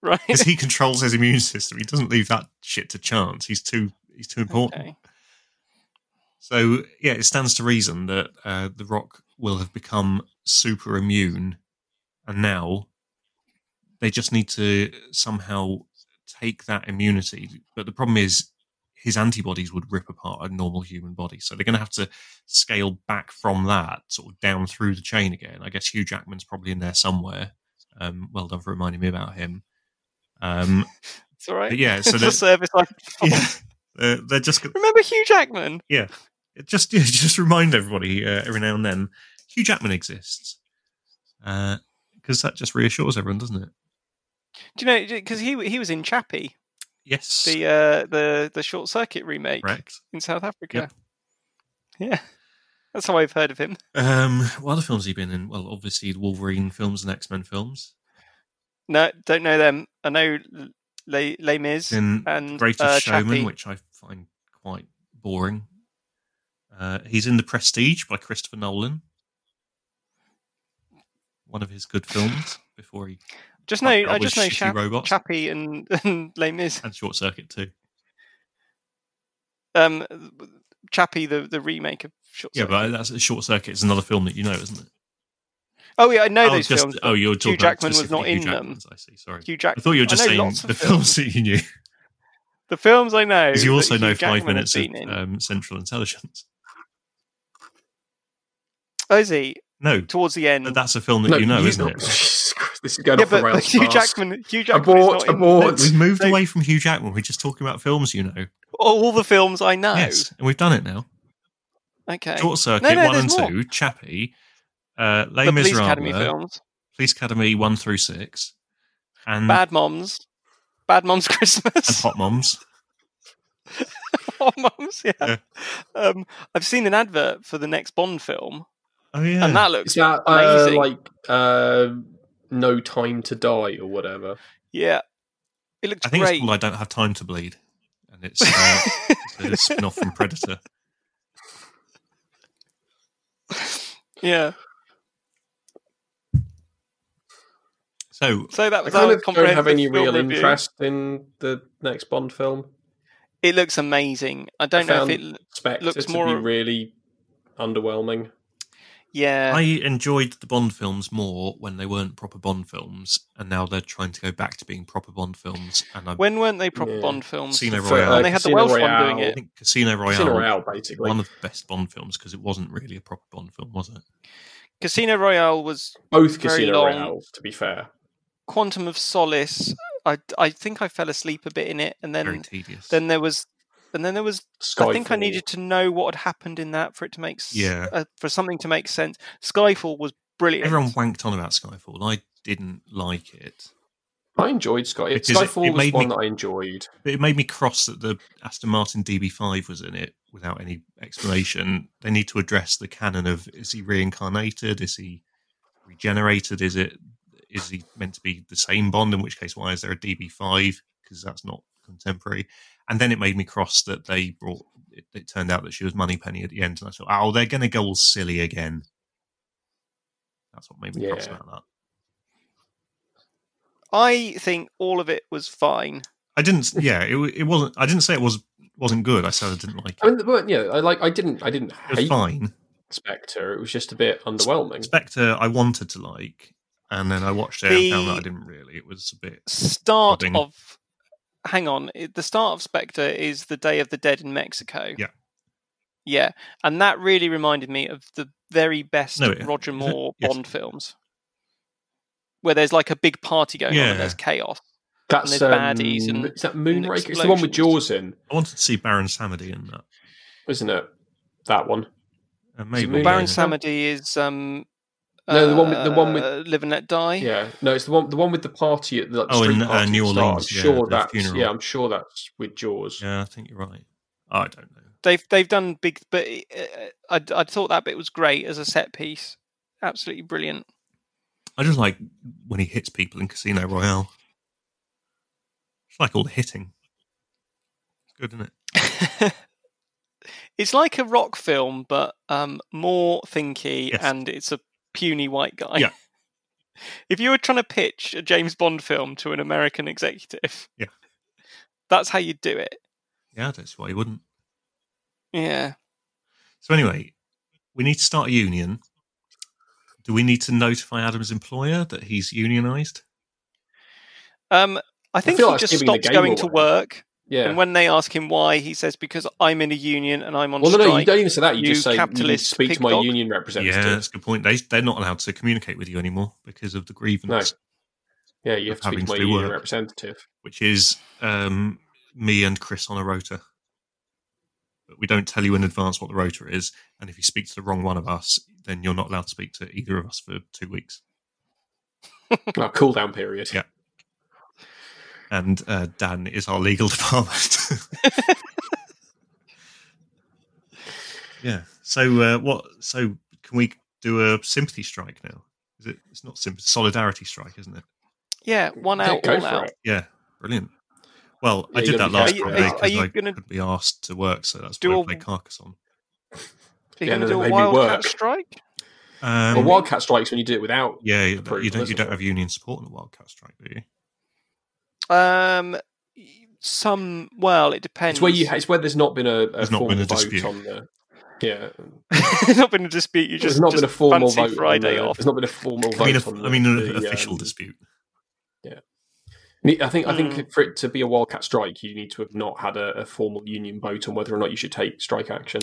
Speaker 2: because
Speaker 1: right
Speaker 2: he controls his immune system. He doesn't leave that shit to chance. He's too he's too important.
Speaker 1: okay.
Speaker 2: So yeah, it stands to reason that uh, the Rock will have become super immune, and now they just need to somehow take that immunity. But the problem is, his antibodies would rip apart a normal human body, so they're going to have to scale back from that, sort of down through the chain again. I guess Hugh Jackman's probably in there somewhere. Um, well done for reminding me about him. Um,
Speaker 1: it's all right
Speaker 2: but yeah,
Speaker 1: it's
Speaker 2: so
Speaker 1: a
Speaker 2: they're,
Speaker 1: service I
Speaker 2: yeah, they're, they're just
Speaker 1: remember Hugh Jackman
Speaker 2: it just yeah, just remind everybody uh, every now and then Hugh Jackman exists because that just reassures everyone, doesn't it?
Speaker 1: Do you know because he he was in Chappie,
Speaker 2: Yes,
Speaker 1: the uh, the the Short Circuit remake
Speaker 2: correct.
Speaker 1: in South Africa. Yeah, that's how I've heard of him.
Speaker 2: Um, what other films has he been in? Well, obviously the Wolverine films and X Men films.
Speaker 1: No, don't know them. I know Les Les Mis
Speaker 2: He's in
Speaker 1: and
Speaker 2: Greatest
Speaker 1: uh,
Speaker 2: Showman,
Speaker 1: Chappie.
Speaker 2: which I find quite boring. Uh, he's in The Prestige by Christopher Nolan. One of his good films before he
Speaker 1: Just know
Speaker 2: I
Speaker 1: I
Speaker 2: was
Speaker 1: just know
Speaker 2: shitty
Speaker 1: Chap-
Speaker 2: robots
Speaker 1: Chappie and, and Les Mis.
Speaker 2: and Short Circuit too.
Speaker 1: Um, Chappie the the remake of Short
Speaker 2: Yeah,
Speaker 1: Circuit.
Speaker 2: but that's Short Circuit is another film that you know, isn't it?
Speaker 1: oh yeah, I know
Speaker 2: oh,
Speaker 1: those
Speaker 2: just,
Speaker 1: films.
Speaker 2: Oh, you're talking about
Speaker 1: Jackman was
Speaker 2: specifically
Speaker 1: not
Speaker 2: Hugh
Speaker 1: in them.
Speaker 2: Jackman's, I see. Sorry,
Speaker 1: Hugh
Speaker 2: I
Speaker 1: Jackman.
Speaker 2: thought you were
Speaker 1: I
Speaker 2: just
Speaker 1: know
Speaker 2: saying
Speaker 1: lots of
Speaker 2: the
Speaker 1: films.
Speaker 2: films that you knew,
Speaker 1: The films I know.
Speaker 2: because you also
Speaker 1: that
Speaker 2: know
Speaker 1: Hugh
Speaker 2: five
Speaker 1: Jackman
Speaker 2: minutes
Speaker 1: has
Speaker 2: of
Speaker 1: been in.
Speaker 2: um, Central Intelligence.
Speaker 1: Oh, is he
Speaker 2: No,
Speaker 1: towards the end?
Speaker 2: but that's a film that you know, isn't it?
Speaker 3: Jesus Christ, this is going
Speaker 1: yeah,
Speaker 3: off the
Speaker 1: but
Speaker 3: rails.
Speaker 1: Hugh
Speaker 3: fast.
Speaker 1: Jackman. Hugh Jackman is
Speaker 3: abort,
Speaker 1: not in
Speaker 3: abort.
Speaker 2: We've moved
Speaker 1: No.
Speaker 2: away from Hugh Jackman. We're just talking about films you know.
Speaker 1: all the films I know.
Speaker 2: Yes, and we've done it now.
Speaker 1: Okay.
Speaker 2: Short Circuit
Speaker 1: No, no,
Speaker 2: one and
Speaker 1: there's more.
Speaker 2: two, Chappie, uh, Les
Speaker 1: the Police
Speaker 2: Miserables,
Speaker 1: Academy films.
Speaker 2: Police Academy one through six, and
Speaker 1: Bad Moms. Bad Moms
Speaker 2: Mm. and
Speaker 1: Christmas.
Speaker 2: Hot Moms.
Speaker 1: Hot Moms, yeah.
Speaker 2: Yeah.
Speaker 1: Um, I've seen an advert for the next Bond film
Speaker 2: Oh yeah.
Speaker 1: and that looks
Speaker 3: Is that uh,
Speaker 1: amazing.
Speaker 3: like uh, No Time to Die or whatever?
Speaker 1: yeah, it looks
Speaker 2: I think
Speaker 1: great.
Speaker 2: it's called I Don't Have Time to Bleed. And it's, uh, it's a spin off from Predator.
Speaker 1: yeah,
Speaker 2: So,
Speaker 1: so that
Speaker 3: I
Speaker 1: was
Speaker 3: kind
Speaker 1: our
Speaker 3: of don't have any
Speaker 1: comprehensive
Speaker 3: real
Speaker 1: film review.
Speaker 3: interest in the next Bond film.
Speaker 1: It looks amazing. I don't know if
Speaker 3: found
Speaker 1: it.
Speaker 3: Spectre
Speaker 1: looks
Speaker 3: to be
Speaker 1: more-
Speaker 3: really underwhelming.
Speaker 1: Yeah,
Speaker 2: I enjoyed the Bond films more when they weren't proper Bond films, and now they're trying to go back to being proper Bond films. And I've
Speaker 1: when weren't they proper
Speaker 3: Yeah.
Speaker 1: Bond films?
Speaker 2: Casino
Speaker 3: For,
Speaker 2: Royale.
Speaker 1: and they had the
Speaker 3: Casino
Speaker 1: Welsh one doing
Speaker 2: I
Speaker 1: it.
Speaker 2: think Casino Royale,
Speaker 3: Casino Royale,
Speaker 2: was
Speaker 3: basically.
Speaker 2: one of the best Bond films because it wasn't really a proper Bond film, was it?
Speaker 1: Casino Royale was
Speaker 3: Both
Speaker 1: very
Speaker 3: Casino
Speaker 1: long.
Speaker 3: Royale, to be fair.
Speaker 1: Quantum of Solace. I I think I fell asleep a bit in it, and
Speaker 2: Very
Speaker 1: then
Speaker 2: tedious.
Speaker 1: then there was and then there was I think I
Speaker 3: Skyfall.
Speaker 1: needed to know what had happened in that for it to make s-
Speaker 2: Yeah.
Speaker 1: uh, for something to make sense. Skyfall was brilliant.
Speaker 2: Everyone wanked on about Skyfall. I didn't like it.
Speaker 3: I enjoyed Sky.
Speaker 2: Because it-
Speaker 3: Skyfall
Speaker 2: it
Speaker 3: was
Speaker 2: made
Speaker 3: one
Speaker 2: me-
Speaker 3: that I enjoyed.
Speaker 2: But it made me cross that the Aston Martin DB5 was in it without any explanation. They need to address the canon of is he reincarnated? Is he regenerated? Is it is he meant to be the same Bond? In which case, why is there a DB5? Because that's not contemporary. And then it made me cross that they brought. It, it turned out that she was Moneypenny at the end, and I thought, oh, they're going to go all silly again. That's what made me cross
Speaker 3: Yeah.
Speaker 2: about that.
Speaker 1: I think all of it was fine.
Speaker 2: I didn't. Yeah, it, wa- it wasn't. I didn't say it was wasn't good. I said I didn't like
Speaker 3: I
Speaker 2: it.
Speaker 3: mean, but yeah, I like. I didn't. I didn't
Speaker 2: It was
Speaker 3: hate
Speaker 2: fine.
Speaker 3: Spectre. It was just a bit underwhelming.
Speaker 2: Spectre, I wanted to like, and then I watched it and found that I didn't really. It was a bit.
Speaker 1: Start
Speaker 2: Nodding.
Speaker 1: of hang on, it- the start of Spectre is the Day of the Dead in Mexico.
Speaker 2: Yeah.
Speaker 1: yeah, and that really reminded me of the very best
Speaker 2: No, it-
Speaker 1: Roger
Speaker 2: is it?
Speaker 1: Moore
Speaker 2: Yes.
Speaker 1: Bond films, where there's like a big party going on
Speaker 2: Yeah.
Speaker 1: and there's chaos.
Speaker 3: That's
Speaker 1: there's
Speaker 3: um,
Speaker 1: baddies and-
Speaker 3: is that Moonraker? It's the one with
Speaker 1: explosions.
Speaker 3: Jaws in,
Speaker 2: I wanted to see Baron Samedi in that.
Speaker 3: isn't it? That one.
Speaker 2: Uh, maybe
Speaker 3: Moon
Speaker 1: Baron
Speaker 3: Raker?
Speaker 1: Samedi is um,
Speaker 3: No, the one with- the one with-
Speaker 1: uh, Live and Let Die.
Speaker 3: Yeah, no, it's the one. The one with the party at the, like, the
Speaker 2: Oh,
Speaker 3: street
Speaker 2: in, uh,
Speaker 3: party at
Speaker 2: New
Speaker 3: the start.
Speaker 2: Orleans,
Speaker 3: I'm
Speaker 2: yeah,
Speaker 3: sure
Speaker 2: the
Speaker 3: that's
Speaker 2: funeral.
Speaker 3: yeah. I'm sure that's with Jaws.
Speaker 2: Yeah, I think you're right. I don't know.
Speaker 1: They've they've done big, but uh, I I thought that bit was great as a set piece, absolutely brilliant.
Speaker 2: I just like when he hits people in Casino Royale. It's like all the hitting. It's good, isn't it?
Speaker 1: it's like a rock film, but um, more thinky,
Speaker 2: Yes.
Speaker 1: and it's a puny white guy.
Speaker 2: Yeah.
Speaker 1: If you were trying to pitch a James Bond film to an American executive,
Speaker 2: Yeah.
Speaker 1: that's how you do it.
Speaker 2: Yeah, I don't see why he wouldn't.
Speaker 1: Yeah.
Speaker 2: So anyway, we need to start a union. Do we need to notify Adam's employer that he's unionised?
Speaker 1: Um, I think
Speaker 3: feel
Speaker 1: he
Speaker 3: like it's
Speaker 1: just
Speaker 3: giving the
Speaker 1: stops
Speaker 3: game
Speaker 1: going to
Speaker 3: away.
Speaker 1: work,
Speaker 3: Yeah.
Speaker 1: and when they ask him why, he says, "Because I'm in a union and I'm on
Speaker 3: Well, no,
Speaker 1: strike."
Speaker 3: no, you don't even say that. You,
Speaker 1: you
Speaker 3: just say you need to
Speaker 1: capitalist
Speaker 3: speak to
Speaker 1: pig
Speaker 3: my
Speaker 1: dog.
Speaker 3: union
Speaker 2: Yeah,
Speaker 3: representative.
Speaker 2: that's a good point. They they're not allowed to communicate with you anymore because of the grievance.
Speaker 3: No. Yeah, you have
Speaker 2: Of
Speaker 3: to speak
Speaker 2: having
Speaker 3: to my
Speaker 2: to do
Speaker 3: union
Speaker 2: work.
Speaker 3: representative.
Speaker 2: which is um, me and Chris on a rotor. But we don't tell you in advance what the rotor is, and if you speak to the wrong one of us, then you're not allowed to speak to either of us for two weeks.
Speaker 3: Our cool down period.
Speaker 2: Yeah. And uh, Dan is our legal department. yeah. So uh, what? So can we do a sympathy strike now? Is it? It's not sympathy. Solidarity strike, isn't it?
Speaker 1: Yeah, one
Speaker 3: Yeah,
Speaker 1: out,
Speaker 3: go
Speaker 1: all
Speaker 3: for
Speaker 1: out.
Speaker 3: it.
Speaker 2: Yeah. Brilliant. Well, I
Speaker 3: Yeah, you
Speaker 2: did
Speaker 3: gotta
Speaker 2: that
Speaker 3: be
Speaker 2: last
Speaker 1: careful. Are
Speaker 2: Friday
Speaker 1: you- are
Speaker 2: because
Speaker 1: you
Speaker 2: I
Speaker 1: gonna-
Speaker 2: could be asked to work, so that's
Speaker 1: Do
Speaker 2: why I
Speaker 1: a-
Speaker 2: play Carcassonne.
Speaker 1: Are you
Speaker 3: Yeah,
Speaker 1: going to do
Speaker 3: no, they
Speaker 1: a
Speaker 3: made me
Speaker 1: wildcat
Speaker 3: work.
Speaker 1: strike?
Speaker 2: Um,
Speaker 3: Well, wildcat strikes when you do it without.
Speaker 2: yeah, you
Speaker 3: approval,
Speaker 2: you don't you
Speaker 3: isn't
Speaker 2: don't
Speaker 3: it?
Speaker 2: have union support in the Wildcat strike, do you?
Speaker 1: Um, some. Well, it depends.
Speaker 3: It's where you. It's where there's not been a, a
Speaker 2: There's not
Speaker 3: formal
Speaker 2: been a
Speaker 3: vote
Speaker 2: dispute.
Speaker 3: on the. Yeah,
Speaker 1: not been a dispute. You just
Speaker 3: there's not
Speaker 1: just
Speaker 3: been a formal
Speaker 1: fancy
Speaker 3: vote.
Speaker 1: Friday
Speaker 3: on the,
Speaker 1: off.
Speaker 3: There's not been a formal vote.
Speaker 2: I mean, a,
Speaker 3: on the,
Speaker 2: I mean, an
Speaker 3: the,
Speaker 2: official
Speaker 3: um,
Speaker 2: dispute.
Speaker 3: me- I think. I
Speaker 1: Mm.
Speaker 3: think for it to be a wildcat strike, you need to have not had a, a formal union vote on whether or not you should take strike action.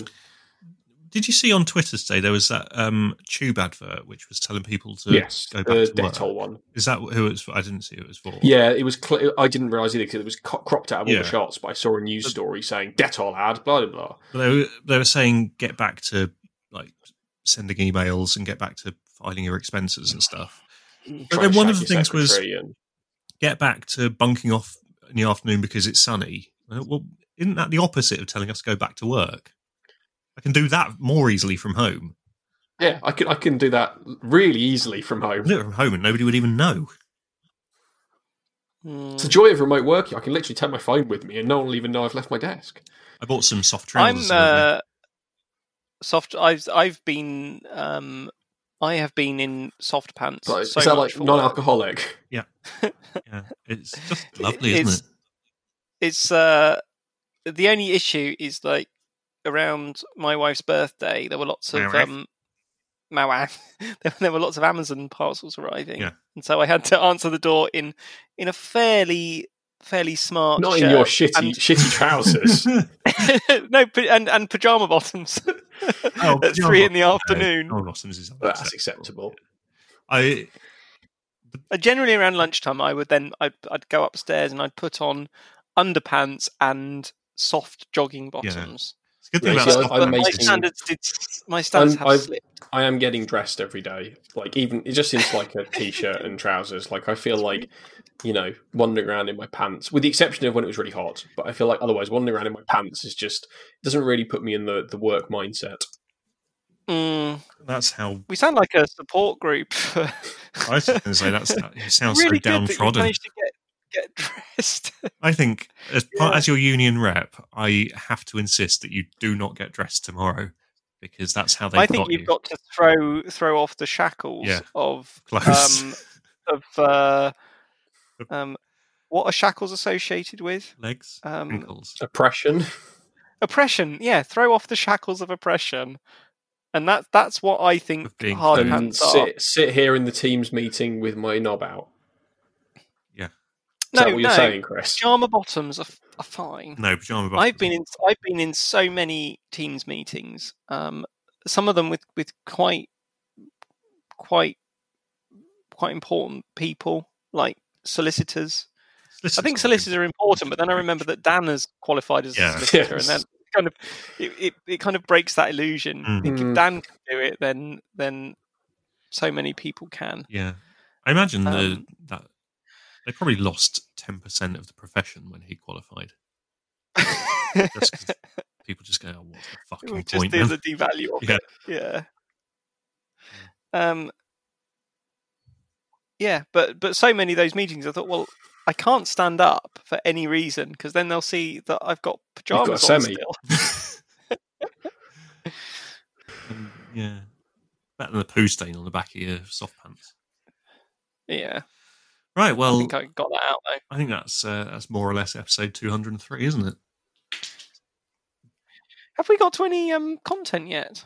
Speaker 2: Did you see on Twitter today there was that um, tube advert which was telling people to
Speaker 3: yes,
Speaker 2: go
Speaker 3: the
Speaker 2: back to work?
Speaker 3: Detol one.
Speaker 2: Is that who it was? For? I didn't see who it was for.
Speaker 3: Yeah, it was. Cl- I didn't realize either because it was co- cropped out of all
Speaker 2: Yeah.
Speaker 3: the shots. But I saw a news story saying Detol ad, blah blah blah.
Speaker 2: But they were, they were saying get back to like sending emails and get back to filing your expenses and stuff.
Speaker 3: Try
Speaker 2: then
Speaker 3: and
Speaker 2: one
Speaker 3: shag
Speaker 2: of the
Speaker 3: your
Speaker 2: things was-
Speaker 3: secretary and-
Speaker 2: Get back to bunking off in the afternoon because it's sunny. Well, isn't that the opposite of telling us to go back to work? I can do that more easily from home.
Speaker 3: Yeah, I can I can do that really easily from home.
Speaker 2: Do it from home and nobody would even know.
Speaker 1: Mm.
Speaker 3: It's the joy of remote working. I can literally take my phone with me, and no one will even know I've left my desk.
Speaker 2: I bought some soft
Speaker 1: I'm
Speaker 2: trousers. the other day.
Speaker 1: uh, soft. I've I've been um, I have been in soft pants.
Speaker 3: Like,
Speaker 1: so
Speaker 3: is that
Speaker 1: much
Speaker 3: like
Speaker 1: for work.
Speaker 3: non-alcoholic?
Speaker 2: yeah, it's just lovely,
Speaker 1: it's-
Speaker 2: isn't
Speaker 1: It's uh, the only issue is like around my wife's birthday. There were lots of
Speaker 2: Mawaf.
Speaker 1: um, Mawaf. there, there were lots of Amazon parcels arriving,
Speaker 2: Yeah.
Speaker 1: and so I had to answer the door in in a fairly fairly smart.
Speaker 3: Not
Speaker 1: shirt.
Speaker 3: in your shitty
Speaker 1: and-
Speaker 3: shitty trousers.
Speaker 2: it?
Speaker 1: no, pa- and and pajama bottoms
Speaker 2: Oh,
Speaker 1: at
Speaker 2: pajama
Speaker 1: three in the
Speaker 2: bottoms.
Speaker 1: afternoon.
Speaker 2: Oh, Rossum's is
Speaker 3: That's acceptable.
Speaker 2: I
Speaker 1: Uh, generally around lunchtime i would then I'd, I'd go upstairs and i'd put on underpants and soft jogging bottoms
Speaker 2: It's a good thing
Speaker 3: Yeah,
Speaker 2: about
Speaker 3: so
Speaker 2: stuff
Speaker 3: I'm
Speaker 1: but my
Speaker 2: like
Speaker 3: making-
Speaker 2: this.
Speaker 1: standards did my standards
Speaker 3: I'm-
Speaker 1: have
Speaker 3: I've-
Speaker 1: slipped
Speaker 3: I am getting dressed every day. Like even it just seems like a t-shirt and trousers. Like I feel like you know wandering around in my pants, with the exception of when it was really hot. But I feel like otherwise wandering around in my pants is just doesn't really put me in the the work mindset.
Speaker 1: Mm,
Speaker 2: That's how
Speaker 1: we sound like a support group for
Speaker 2: I was going to say. That's it sounds
Speaker 1: really
Speaker 2: so
Speaker 1: good that you
Speaker 2: downtrodden.
Speaker 1: managed to get, get dressed
Speaker 2: I think as part
Speaker 1: Yeah.
Speaker 2: as your union rep, I have to insist that you do not get dressed tomorrow because that's how they.
Speaker 1: i think
Speaker 2: got
Speaker 1: you've
Speaker 2: you.
Speaker 1: got to throw throw off the shackles
Speaker 2: Yeah.
Speaker 1: of
Speaker 2: close.
Speaker 1: um of uh um what are shackles associated with
Speaker 2: legs,
Speaker 1: um
Speaker 2: ankles.
Speaker 3: Oppression.
Speaker 1: oppression. Yeah, throw off the shackles of oppression, and that that's what I think
Speaker 2: Of being
Speaker 1: hard
Speaker 2: free.
Speaker 3: and
Speaker 1: pants are.
Speaker 3: sit sit here in the teams meeting with my knob out. Is
Speaker 1: No,
Speaker 3: that what you're
Speaker 1: no,
Speaker 3: saying, Chris?
Speaker 1: pajama bottoms are, f- are fine.
Speaker 2: No pajama bottoms.
Speaker 1: I've been in I've been in so many teams meetings. Um, some of them with with quite quite quite important people like solicitors. I think solicitors are important, but then I remember that Dan has qualified as a
Speaker 2: Yeah.
Speaker 1: solicitor,
Speaker 3: Yes.
Speaker 1: and then kind of it, it, it kind of breaks that illusion.
Speaker 2: Mm.
Speaker 1: Think
Speaker 3: Mm.
Speaker 1: if Dan can do it, then then so many people can.
Speaker 2: Yeah, I imagine the
Speaker 1: Um,
Speaker 2: that they probably lost ten percent of the profession when he qualified. Just 'cause people just go, oh, "What's the fucking
Speaker 1: Which just
Speaker 2: point?"
Speaker 1: do
Speaker 2: man?"
Speaker 1: the devalue of
Speaker 2: Yeah.
Speaker 1: it. Yeah. Um. Yeah, but but so many of those meetings, I thought, well, I can't stand up for any reason because then they'll see that I've got
Speaker 3: got a
Speaker 1: pajamas on
Speaker 3: semi.
Speaker 1: still.
Speaker 2: Um, yeah, better than the poo stain on the back of your soft pants.
Speaker 1: Yeah,
Speaker 2: Right.
Speaker 1: I
Speaker 2: Well,
Speaker 1: think I got that out though.
Speaker 2: I think that's uh, that's more or less episode 203, isn't it?
Speaker 1: Have we got to any um content yet?